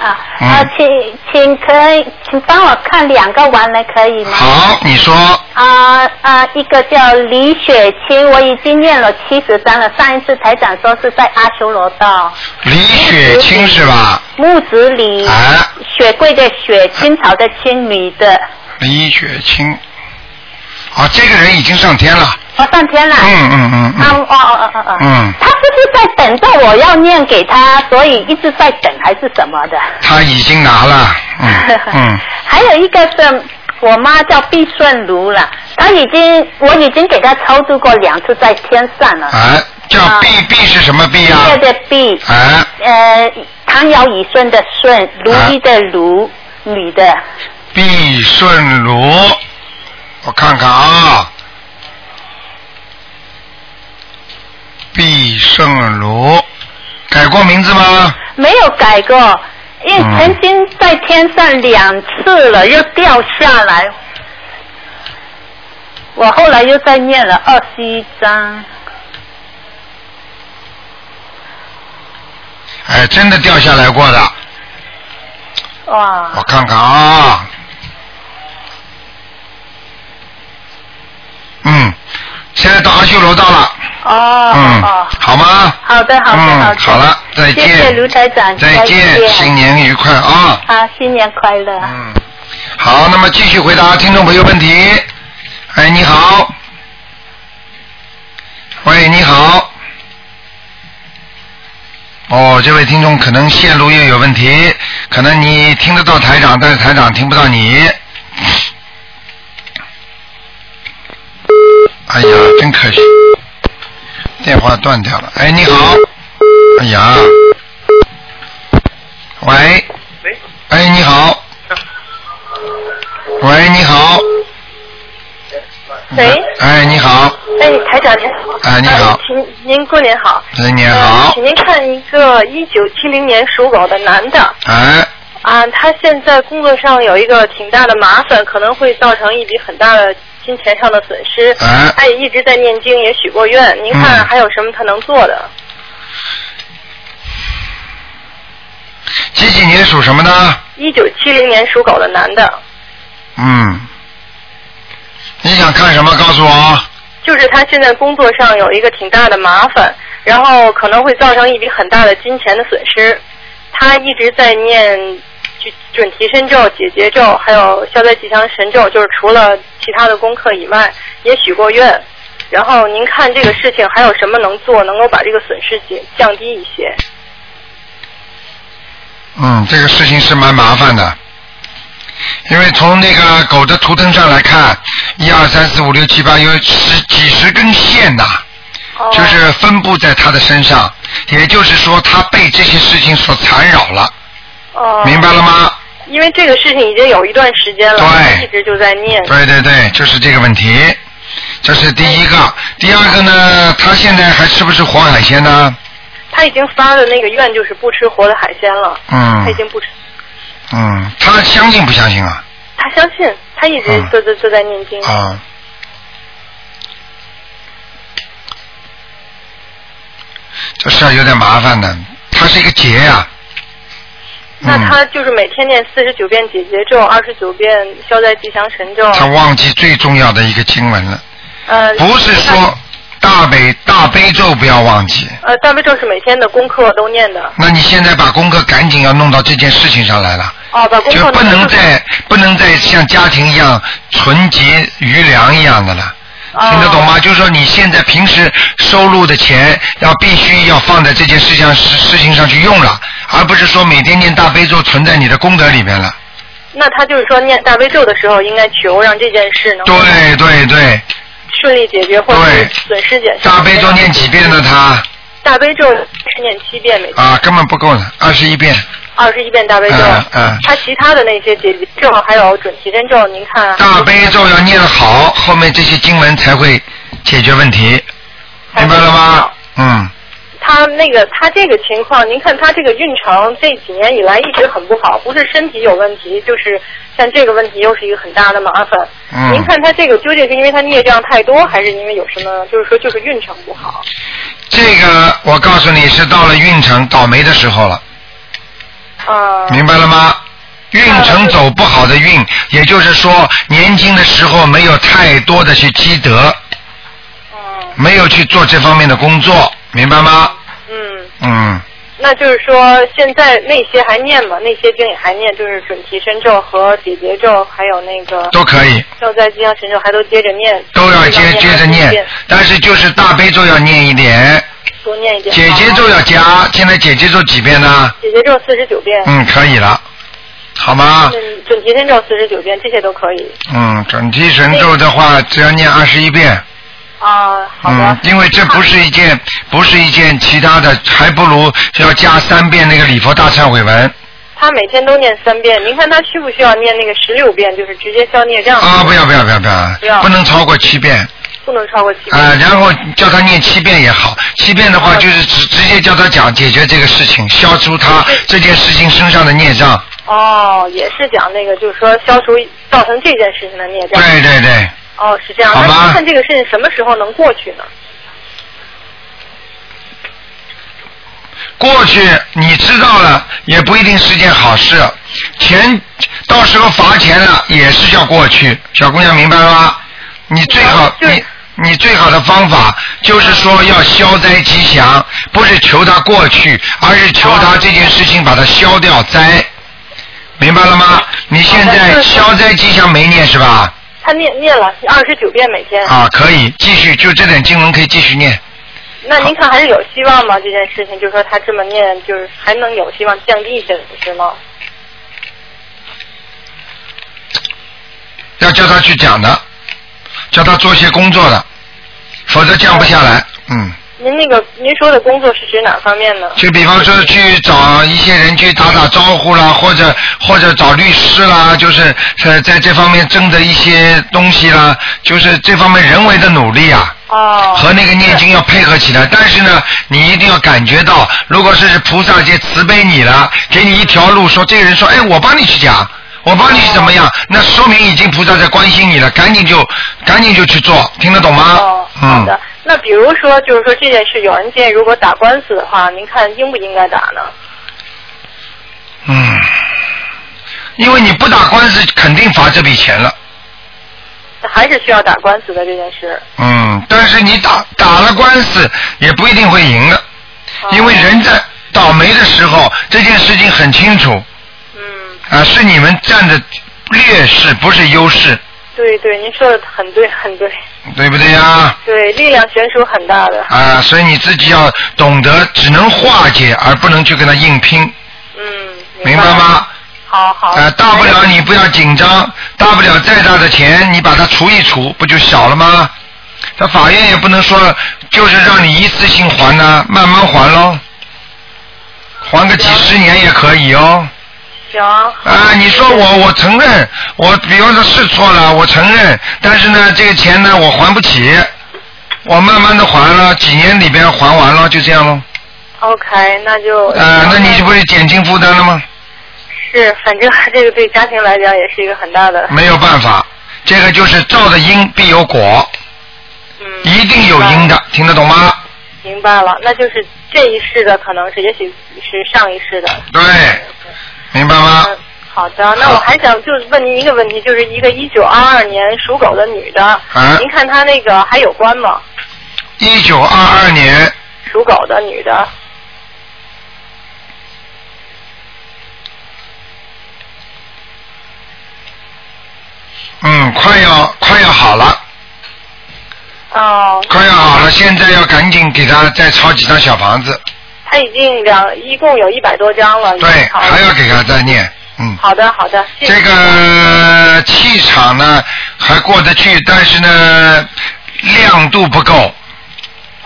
[SPEAKER 5] 啊，
[SPEAKER 1] 嗯
[SPEAKER 5] 啊，请请可以，请帮我看两个完了可以吗？
[SPEAKER 1] 好，你说。
[SPEAKER 5] 啊啊，一个叫李雪清，我已经念了七十章了。上一次台长说是在阿修罗道，
[SPEAKER 1] 李雪清是吧？
[SPEAKER 5] 木子李，
[SPEAKER 1] 啊，
[SPEAKER 5] 雪柜的雪，青草的青，女的。
[SPEAKER 1] 李雪清。啊，这个人已经上天了。
[SPEAKER 5] 我、上天了。
[SPEAKER 1] 嗯嗯嗯
[SPEAKER 5] 啊，
[SPEAKER 1] 嗯。
[SPEAKER 5] 哦哦哦哦哦。
[SPEAKER 1] 嗯
[SPEAKER 5] 他是不是在等着我要念给他，所以一直在等还是什么的？
[SPEAKER 1] 他已经拿了。嗯嗯。
[SPEAKER 5] [LAUGHS] 还有一个是我妈叫毕顺如了，她已经我已经给她超度过两次在天上了。
[SPEAKER 1] 啊，叫
[SPEAKER 5] 啊
[SPEAKER 1] B B 是什么 B 啊？
[SPEAKER 5] 对对毕，
[SPEAKER 1] 啊，
[SPEAKER 5] 呃，唐尧禹舜的舜，如意的如，女的。
[SPEAKER 1] 毕顺如，我看看啊。毕胜如，改过名字吗？
[SPEAKER 5] 没有改过，因为
[SPEAKER 1] 嗯
[SPEAKER 5] 曾经在天上两次了，又掉下来。我后来又再念了二十一章，
[SPEAKER 1] 哎，真的掉下来过的。
[SPEAKER 6] 哇，
[SPEAKER 1] 我看看啊，嗯，现在到阿修罗道了，
[SPEAKER 6] 哦，
[SPEAKER 1] 嗯
[SPEAKER 6] 哦，，
[SPEAKER 1] 好吗？
[SPEAKER 6] 好的，好的，
[SPEAKER 1] 嗯，
[SPEAKER 6] 好
[SPEAKER 1] 好
[SPEAKER 6] 的，
[SPEAKER 1] 了，再见，
[SPEAKER 6] 谢谢卢台长，
[SPEAKER 1] 再见，新年愉快啊！
[SPEAKER 6] 啊，新年快乐，
[SPEAKER 1] 嗯，好，那么继续回答听众朋友问题。哎，你好，喂，你好。哦，这位听众可能线路又有问题，可能你听得到台长，但是台长听不到你。哎呀，真可惜，电话断掉了。哎，你好，哎呀，喂，哎，你好，喂，你好，
[SPEAKER 6] 喂，
[SPEAKER 1] 哎，你好，
[SPEAKER 6] 哎，台长您好，
[SPEAKER 1] 哎你好
[SPEAKER 6] 啊请您过年好，
[SPEAKER 1] 哎，你
[SPEAKER 6] 呃
[SPEAKER 1] 好
[SPEAKER 6] 请，您看一个一九七零年属狗的男的，
[SPEAKER 1] 哎，
[SPEAKER 6] 啊，他现在工作上有一个挺大的麻烦，可能会造成一笔很大的金钱上的损失。
[SPEAKER 1] 哎
[SPEAKER 6] 他也一直在念经，也许过愿。您
[SPEAKER 1] 嗯
[SPEAKER 6] 看还有什么他能做的？
[SPEAKER 1] 几几年属什么呢？
[SPEAKER 6] 一九七零年属狗的男的，
[SPEAKER 1] 嗯，你想看什么？告诉我。
[SPEAKER 6] 就是他现在工作上有一个挺大的麻烦，然后可能会造成一笔很大的金钱的损失。他一直在念准准提神咒、解结咒，还有消灾吉祥神咒，就是除了其他的功课以外，也许过愿。然后您看这个事情还有什么能做，能够把这个损失减降低一些？
[SPEAKER 1] 嗯，这个事情是蛮麻烦的，因为从那个狗的图腾上来看，一二三四五六七八有十几十根线呐、
[SPEAKER 6] 哦
[SPEAKER 1] 就是分布在它的身上，也就是说，它被这些事情所缠绕了，
[SPEAKER 6] 哦，
[SPEAKER 1] 明白了吗？
[SPEAKER 6] 因为这个事情已经有一段时间了，
[SPEAKER 1] 对
[SPEAKER 6] 他一直就在念。
[SPEAKER 1] 对对对，就是这个问题，这是第一
[SPEAKER 6] 嗯
[SPEAKER 1] 个。第二个呢，他现在还吃不吃活海鲜呢？
[SPEAKER 6] 他已经发的那个愿就是不吃活的海鲜了，他已
[SPEAKER 1] 嗯
[SPEAKER 6] 经不吃
[SPEAKER 1] 嗯，他相信不相信啊？
[SPEAKER 6] 他相信，他一直
[SPEAKER 1] 嗯
[SPEAKER 6] 都都都在念经。
[SPEAKER 1] 啊。这事儿有点麻烦的，它是一个结呀、
[SPEAKER 6] 那
[SPEAKER 1] 嗯
[SPEAKER 6] 他就是每天念四十九遍解结咒，二十九遍消灾吉祥神咒。
[SPEAKER 1] 他忘记最重要的一个经文了。
[SPEAKER 6] 呃，
[SPEAKER 1] 不是说大悲大悲咒不要忘记，
[SPEAKER 6] 呃大悲咒是每天的功课都念的。
[SPEAKER 1] 那你现在把功课赶紧要弄到这件事情上来了，
[SPEAKER 6] 哦，把功
[SPEAKER 1] 就
[SPEAKER 6] 课
[SPEAKER 1] 不能
[SPEAKER 6] 再
[SPEAKER 1] 再不能再像家庭一样纯洁余粮一样的了。
[SPEAKER 2] 哦
[SPEAKER 1] 听得
[SPEAKER 6] 哦
[SPEAKER 1] 懂吗？就是说你现在平时收入的钱要必须要放在这件事情上事事情上去用了，而不是说每天念大悲咒存在你的功德里面了。
[SPEAKER 6] 那他就是说念大悲咒的时候，应该求让这件事能
[SPEAKER 1] 对对对，
[SPEAKER 6] 顺利解决，或者
[SPEAKER 1] 对
[SPEAKER 6] 是损失减少。
[SPEAKER 1] 大悲咒念几遍呢？他
[SPEAKER 6] 大悲咒是念七遍每天，
[SPEAKER 1] 啊根本不够呢，二十一遍。
[SPEAKER 6] 二十一遍大悲咒。
[SPEAKER 1] 啊嗯嗯
[SPEAKER 6] 他其他的那些解结咒还有准提真咒，您看啊
[SPEAKER 1] 大悲咒要念得好，后面这些经文才会解决问题，明白了吗？嗯，
[SPEAKER 6] 他那个他这个情况，您看他这个运程这几年以来一直很不好，不是身体有问题，就是像这个问题又是一个很大的麻烦。
[SPEAKER 1] 嗯
[SPEAKER 6] 您看他这个究竟是因为他孽障太多，还是因为有什么，就是说就是运程不好？
[SPEAKER 1] 这个我告诉你是到了运程倒霉的时候了。
[SPEAKER 6] 啊、
[SPEAKER 1] 明白了吗？运程走不好的运，也就是说年轻的时候没有太多的去积德，
[SPEAKER 6] 嗯
[SPEAKER 1] 没有去做这方面的工作，明白吗？
[SPEAKER 6] 嗯，
[SPEAKER 1] 嗯，
[SPEAKER 6] 那就是说现在那些还念吗？那些经也还念，就是准提神咒和解结咒，还有那个
[SPEAKER 1] 都可以，
[SPEAKER 6] 消灾吉祥神咒，还都接着念，
[SPEAKER 1] 都要接
[SPEAKER 6] 念
[SPEAKER 1] 接着
[SPEAKER 6] 一
[SPEAKER 1] 念
[SPEAKER 6] 遍，
[SPEAKER 1] 但是就是大悲咒要念一点，
[SPEAKER 6] 多念一遍。啊
[SPEAKER 1] 姐姐咒要加，现在姐姐咒几遍呢？
[SPEAKER 6] 解结咒四十九遍。
[SPEAKER 1] 嗯，可以了，好吗？
[SPEAKER 6] 嗯，准提神咒四十九遍，这些都可以。
[SPEAKER 1] 嗯，准提神咒的话，只要念二十一遍。
[SPEAKER 6] 啊，好
[SPEAKER 1] 嗯
[SPEAKER 6] 的，。
[SPEAKER 1] 因为这不是一件，不是一件其他的，还不如要加三遍那个礼佛大忏悔文
[SPEAKER 6] 他每天都念三遍，您看他需不需要念那个十六遍，就是直接消孽障？
[SPEAKER 1] 啊！不要不要不要不
[SPEAKER 6] 不
[SPEAKER 1] 要，
[SPEAKER 6] 嗯要
[SPEAKER 1] 不能超过七遍
[SPEAKER 6] 不能超过七遍。
[SPEAKER 1] 啊、然后叫他念七遍也好，七遍的
[SPEAKER 6] 嗯
[SPEAKER 1] 话就是直直接叫他讲解决这个事情，消除他
[SPEAKER 6] 嗯
[SPEAKER 1] 这件事情身上的孽障。
[SPEAKER 6] 哦，也是讲那个，就是说消除造成这件事情的孽障。
[SPEAKER 1] 对对对，
[SPEAKER 6] 哦，是这样。
[SPEAKER 1] 好
[SPEAKER 6] 那
[SPEAKER 1] 吧
[SPEAKER 6] 您看这个事情什么时候能过去呢？
[SPEAKER 1] 过去你知道了也不一定是件好事，钱到时候罚钱了也是要过去。小姑娘明白吗？你最好
[SPEAKER 6] 就是
[SPEAKER 1] 你。你最好的方法就是说要消灾吉祥，不是求他过去，而是求
[SPEAKER 6] 哦
[SPEAKER 1] 他这件事情把它消掉灾，明白了吗？你现
[SPEAKER 6] 好
[SPEAKER 1] 在
[SPEAKER 6] 的是
[SPEAKER 1] 消灾吉祥没念是吧？
[SPEAKER 6] 他念念了二十九遍每天。
[SPEAKER 1] 啊，可以继续，就这点经文可以继续念。
[SPEAKER 6] 那您看还是有希望吗？这件事情，就是说他这么念，就是还能有希望降低一些，是吗？
[SPEAKER 1] 要叫他去讲的，叫他做些工作的，否则降不下来。嗯，
[SPEAKER 6] 您那个您说的工作是指哪方面呢？
[SPEAKER 1] 就比方说去找一些人去打打招呼啦，或者或者找律师啦，就是呃在这方面争的一些东西啦，就是这方面人为的努力啊。
[SPEAKER 6] 哦，
[SPEAKER 1] 和那个念经要配合起来。但是呢，你一定要感觉到，如果是菩萨界慈悲你了，给你一条路，说这个人说，哎，我帮你去讲，我帮你去怎么样，那说明已经菩萨在关心你了，赶紧就赶紧就去做，听得懂吗？
[SPEAKER 6] 哦，好
[SPEAKER 1] 嗯
[SPEAKER 6] 的，。那比如说，就是说这件事有人建议，如果打官司的话，您看应不应该打呢？
[SPEAKER 1] 嗯，因为你不打官司，肯定罚这笔钱了。
[SPEAKER 6] 还是需要打官司的这件事。
[SPEAKER 1] 嗯，但是你打打了官司，也不一定会赢的，
[SPEAKER 6] 哦
[SPEAKER 1] 因为人在倒霉的时候，这件事情很清楚。
[SPEAKER 6] 嗯，
[SPEAKER 1] 啊，是你们占的劣势，不是优势，
[SPEAKER 6] 对对，您说的很对，很对， [LAUGHS]
[SPEAKER 1] 对不对呀？
[SPEAKER 6] 对，力量悬殊很大的。
[SPEAKER 1] 啊，所以你自己要懂得，只能化解，而不能去跟他硬拼，
[SPEAKER 6] 嗯，
[SPEAKER 1] 明
[SPEAKER 6] 白
[SPEAKER 1] 白
[SPEAKER 6] 了？
[SPEAKER 1] 吗？
[SPEAKER 6] 好好。
[SPEAKER 1] 啊，大不了你不要紧张，大不了再大的钱，你把它除一除，不就小了吗？那法院也不能说就是让你一次性还呐、慢慢还喽，还个几十年也可以哦。
[SPEAKER 6] 行。
[SPEAKER 1] 啊，你说我我承认，我比方说是错了，我承认，但是呢，这个钱呢我还不起，我慢慢的还了，几年里边还完了，就这样喽。
[SPEAKER 6] OK，那就。
[SPEAKER 1] 啊，那你就不是减轻负担了吗？
[SPEAKER 6] 是，反正这个对家庭来讲也是一个很大的。
[SPEAKER 1] 没有办法，这个就是造的因必有果，
[SPEAKER 6] 嗯。
[SPEAKER 1] 一定有因的，听得懂吗？
[SPEAKER 6] 明白了，那就是这一世的可能是，也许是上一世的。
[SPEAKER 1] 对，明白吗？
[SPEAKER 6] 嗯，好的，那我还想就是问您一个问题，就是一个一九二二年属狗的女的，
[SPEAKER 1] 啊
[SPEAKER 6] 您看她那个还有关吗？
[SPEAKER 1] 一九二二年，
[SPEAKER 6] 属狗的女的，
[SPEAKER 1] 嗯，快要快要好了，
[SPEAKER 6] 哦，
[SPEAKER 1] 快要好了，现在要赶紧给他再抄几张小房子，
[SPEAKER 6] 她已经两一共有一百多张了，已经
[SPEAKER 1] 对，
[SPEAKER 6] 好了
[SPEAKER 1] 还要给他再念，嗯。
[SPEAKER 6] 好的好的，谢谢
[SPEAKER 1] 这个气场呢还过得去，但是呢亮度不够。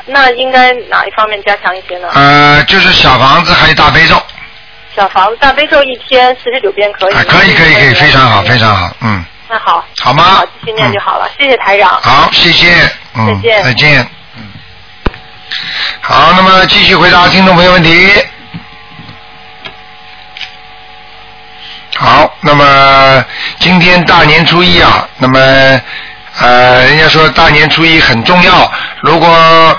[SPEAKER 6] 那应该哪一方面加强一些呢？
[SPEAKER 1] 呃，就是小房子还有大悲咒，啊、
[SPEAKER 6] 小房子大悲咒一天四十九遍可以吗、
[SPEAKER 1] 可以可以可以，非常好非
[SPEAKER 6] 好。
[SPEAKER 1] 常好，嗯，
[SPEAKER 6] 那好，
[SPEAKER 1] 好吗？
[SPEAKER 6] 好，继续念就好了，谢谢台长
[SPEAKER 1] 嗯。。好，谢谢，嗯，
[SPEAKER 6] 再见
[SPEAKER 1] 再见，嗯。好，那么继续回答听众朋友问题。好，那么今天大年初一啊，那么呃，人家说大年初一很重要，如果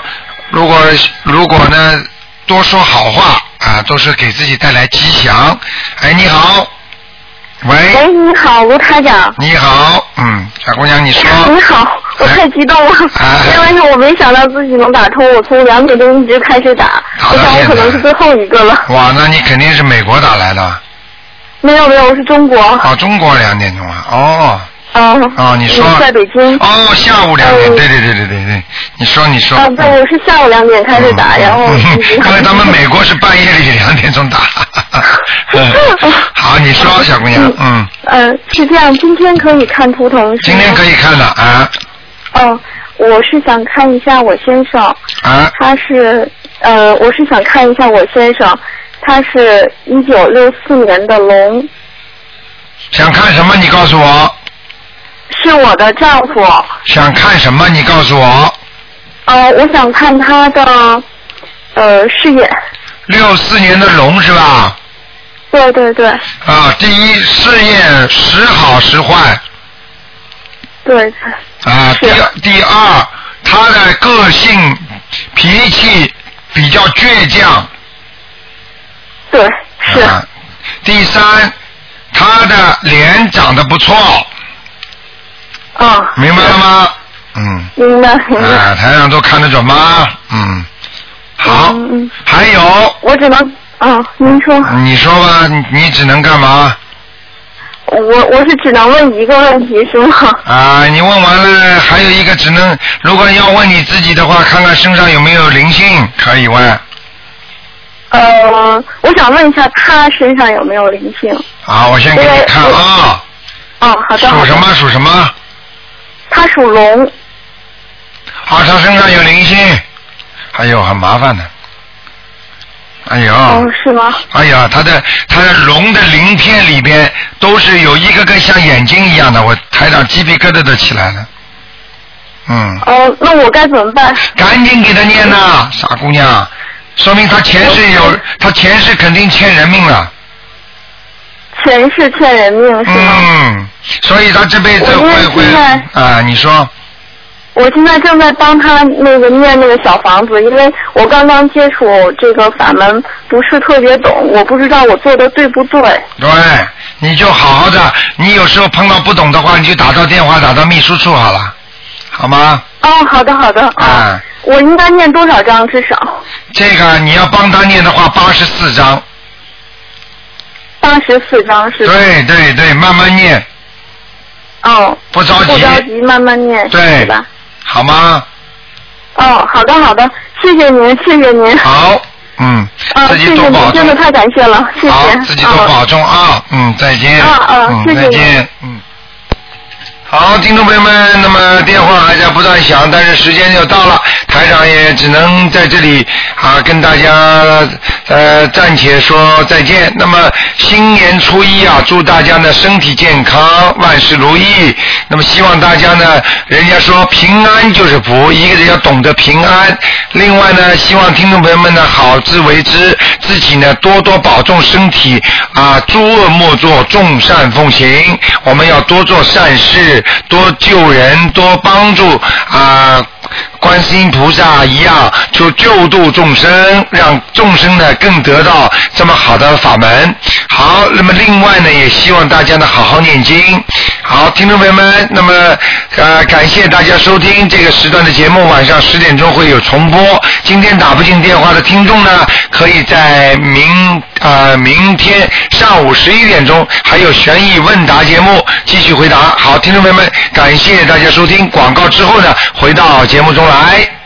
[SPEAKER 1] 如果如果呢，多说好话啊，都是给自己带来吉祥。哎，你好，
[SPEAKER 5] 喂，
[SPEAKER 1] 喂，
[SPEAKER 5] 哎你好，卢台长。
[SPEAKER 1] 你好，嗯，小姑娘，你说，
[SPEAKER 5] 你好，我太激动了，
[SPEAKER 1] 哎
[SPEAKER 5] 因为是我没想到自己能打通，我从两点钟一直开始打，
[SPEAKER 1] 好
[SPEAKER 5] 我
[SPEAKER 1] 的哦
[SPEAKER 5] 想我可能是最后一个了。
[SPEAKER 1] 哇，那你肯定是美国打来的，
[SPEAKER 5] 没有没有，我是中国。
[SPEAKER 1] 哦，中国两点钟啊，哦，
[SPEAKER 5] 嗯。
[SPEAKER 1] 哦，你说
[SPEAKER 5] 我在北京。
[SPEAKER 1] 哦，下午两点，
[SPEAKER 5] 嗯
[SPEAKER 1] 对对对对对对，你说你说，
[SPEAKER 5] 啊，对，我是下午两点开始打，
[SPEAKER 1] 嗯
[SPEAKER 5] 然后
[SPEAKER 1] 嗯
[SPEAKER 5] 一
[SPEAKER 1] [LAUGHS]
[SPEAKER 5] 直。
[SPEAKER 1] 因为咱们美国是半夜里两点
[SPEAKER 5] [LAUGHS]
[SPEAKER 1] 钟打，嗯好，你说小姑娘，嗯，
[SPEAKER 5] 呃，是这样，今天可以看图腾是吗？
[SPEAKER 1] 今天可以看了啊
[SPEAKER 5] 哦，我是想看一下我先生，
[SPEAKER 1] 啊，
[SPEAKER 5] 他是呃，我是想看一下我先生，他是一九六四年的龙，
[SPEAKER 1] 想看什么你告诉我，
[SPEAKER 5] 是我的丈夫。
[SPEAKER 1] 想看什么你告诉我，
[SPEAKER 5] 呃，我想看他的呃事业。
[SPEAKER 1] 六四年的龙是吧？
[SPEAKER 5] 对对对
[SPEAKER 1] 啊，第一事业时好时坏，
[SPEAKER 5] 对，
[SPEAKER 1] 啊，第二第二，他的个性脾气比较倔强。啊
[SPEAKER 5] 对是。啊
[SPEAKER 1] 啊。第三，他的脸长得不错，
[SPEAKER 5] 哦，
[SPEAKER 1] 明白了吗？嗯，
[SPEAKER 5] 明白明白。
[SPEAKER 1] 啊，台上都看得准吗？嗯，好
[SPEAKER 5] 嗯，嗯，
[SPEAKER 1] 还有，
[SPEAKER 5] 我只能，哦，您说，
[SPEAKER 1] 你说吧，你你只能干嘛？
[SPEAKER 5] 我我是只能问一个问题是吗？
[SPEAKER 1] 啊，你问完了，还有一个只能，如果要问你自己的话，看看身上有没有灵性，可以问。嗯
[SPEAKER 5] 呃，我想问一下他身上有没有灵性？
[SPEAKER 1] 好，我先给你看啊，
[SPEAKER 5] 哦，好的，
[SPEAKER 1] 属
[SPEAKER 5] 好的
[SPEAKER 1] 什？么属什么？
[SPEAKER 5] 他属龙。
[SPEAKER 1] 好，他身上有灵性，还有很麻烦的。哎呦，
[SPEAKER 5] 哦，是吗？
[SPEAKER 1] 哎呀，他的他的龙的鳞片里边都是有一个个像眼睛一样的，我台长鸡皮疙瘩都起来了。嗯，
[SPEAKER 5] 哦，那我该怎么办？
[SPEAKER 1] 赶紧给他念呐，傻姑娘，说明他前世有，他前世肯定欠人命了。
[SPEAKER 5] 前世欠人命是吗？
[SPEAKER 1] 嗯，所以他这辈子
[SPEAKER 5] 我
[SPEAKER 1] 会
[SPEAKER 5] 现
[SPEAKER 1] 会
[SPEAKER 5] 在
[SPEAKER 1] 啊，你说
[SPEAKER 5] 我现在正在帮他那个念那个小房子，因为我刚刚接触这个法门，不是特别懂，我不知道我做的对不对。
[SPEAKER 1] 对，你就好好的，你有时候碰到不懂的话，你就打到电话打到秘书处好了，好吗？
[SPEAKER 5] 哦，好的好的啊，
[SPEAKER 1] 啊，
[SPEAKER 5] 我应该念多少章至少？
[SPEAKER 1] 这个你要帮他念的话，八十四章，
[SPEAKER 5] 八十四章是吧？
[SPEAKER 1] 对对对，慢慢念，
[SPEAKER 5] 哦，
[SPEAKER 1] 不着
[SPEAKER 5] 不
[SPEAKER 1] 急，
[SPEAKER 5] 着急，慢慢念，
[SPEAKER 1] 对
[SPEAKER 5] 是吧？
[SPEAKER 1] 好吗？
[SPEAKER 5] 哦，好的好的，谢谢您，谢谢您。
[SPEAKER 1] 好，嗯，
[SPEAKER 5] 啊，
[SPEAKER 1] 自
[SPEAKER 5] 谢谢
[SPEAKER 1] 己多保
[SPEAKER 5] 您，
[SPEAKER 1] 重
[SPEAKER 5] 真的，太感谢了，谢谢。
[SPEAKER 1] 好，自己多
[SPEAKER 5] 啊
[SPEAKER 1] 保重啊，嗯，再见，
[SPEAKER 5] 啊啊
[SPEAKER 1] 嗯，
[SPEAKER 5] 谢谢
[SPEAKER 1] 再
[SPEAKER 5] 你
[SPEAKER 1] 见，嗯。好，听众朋友们，那么电话还在不断响，但是时间又到了，台长也只能在这里啊跟大家呃暂且说再见。那么新年初一啊，祝大家呢身体健康，万事如意。那么希望大家呢，人家说平安就是福，一个人要懂得平安。另外呢，希望听众朋友们呢好自为之，自己呢多多保重身体啊，诸恶莫作，众善奉行。我们要多做善事，多救人，多帮助啊。观世音菩萨一样，就救度众生，让众生呢更得到这么好的法门。好，那么另外呢，也希望大家呢好好念经。好，听众朋友们，那么呃，感谢大家收听这个时段的节目，晚上十点钟会有重播。今天打不进电话的听众呢，可以在明呃明天上午十一点钟还有悬疑问答节目继续回答。好，听众朋友们，感谢大家收听广告之后呢，回到节目中来。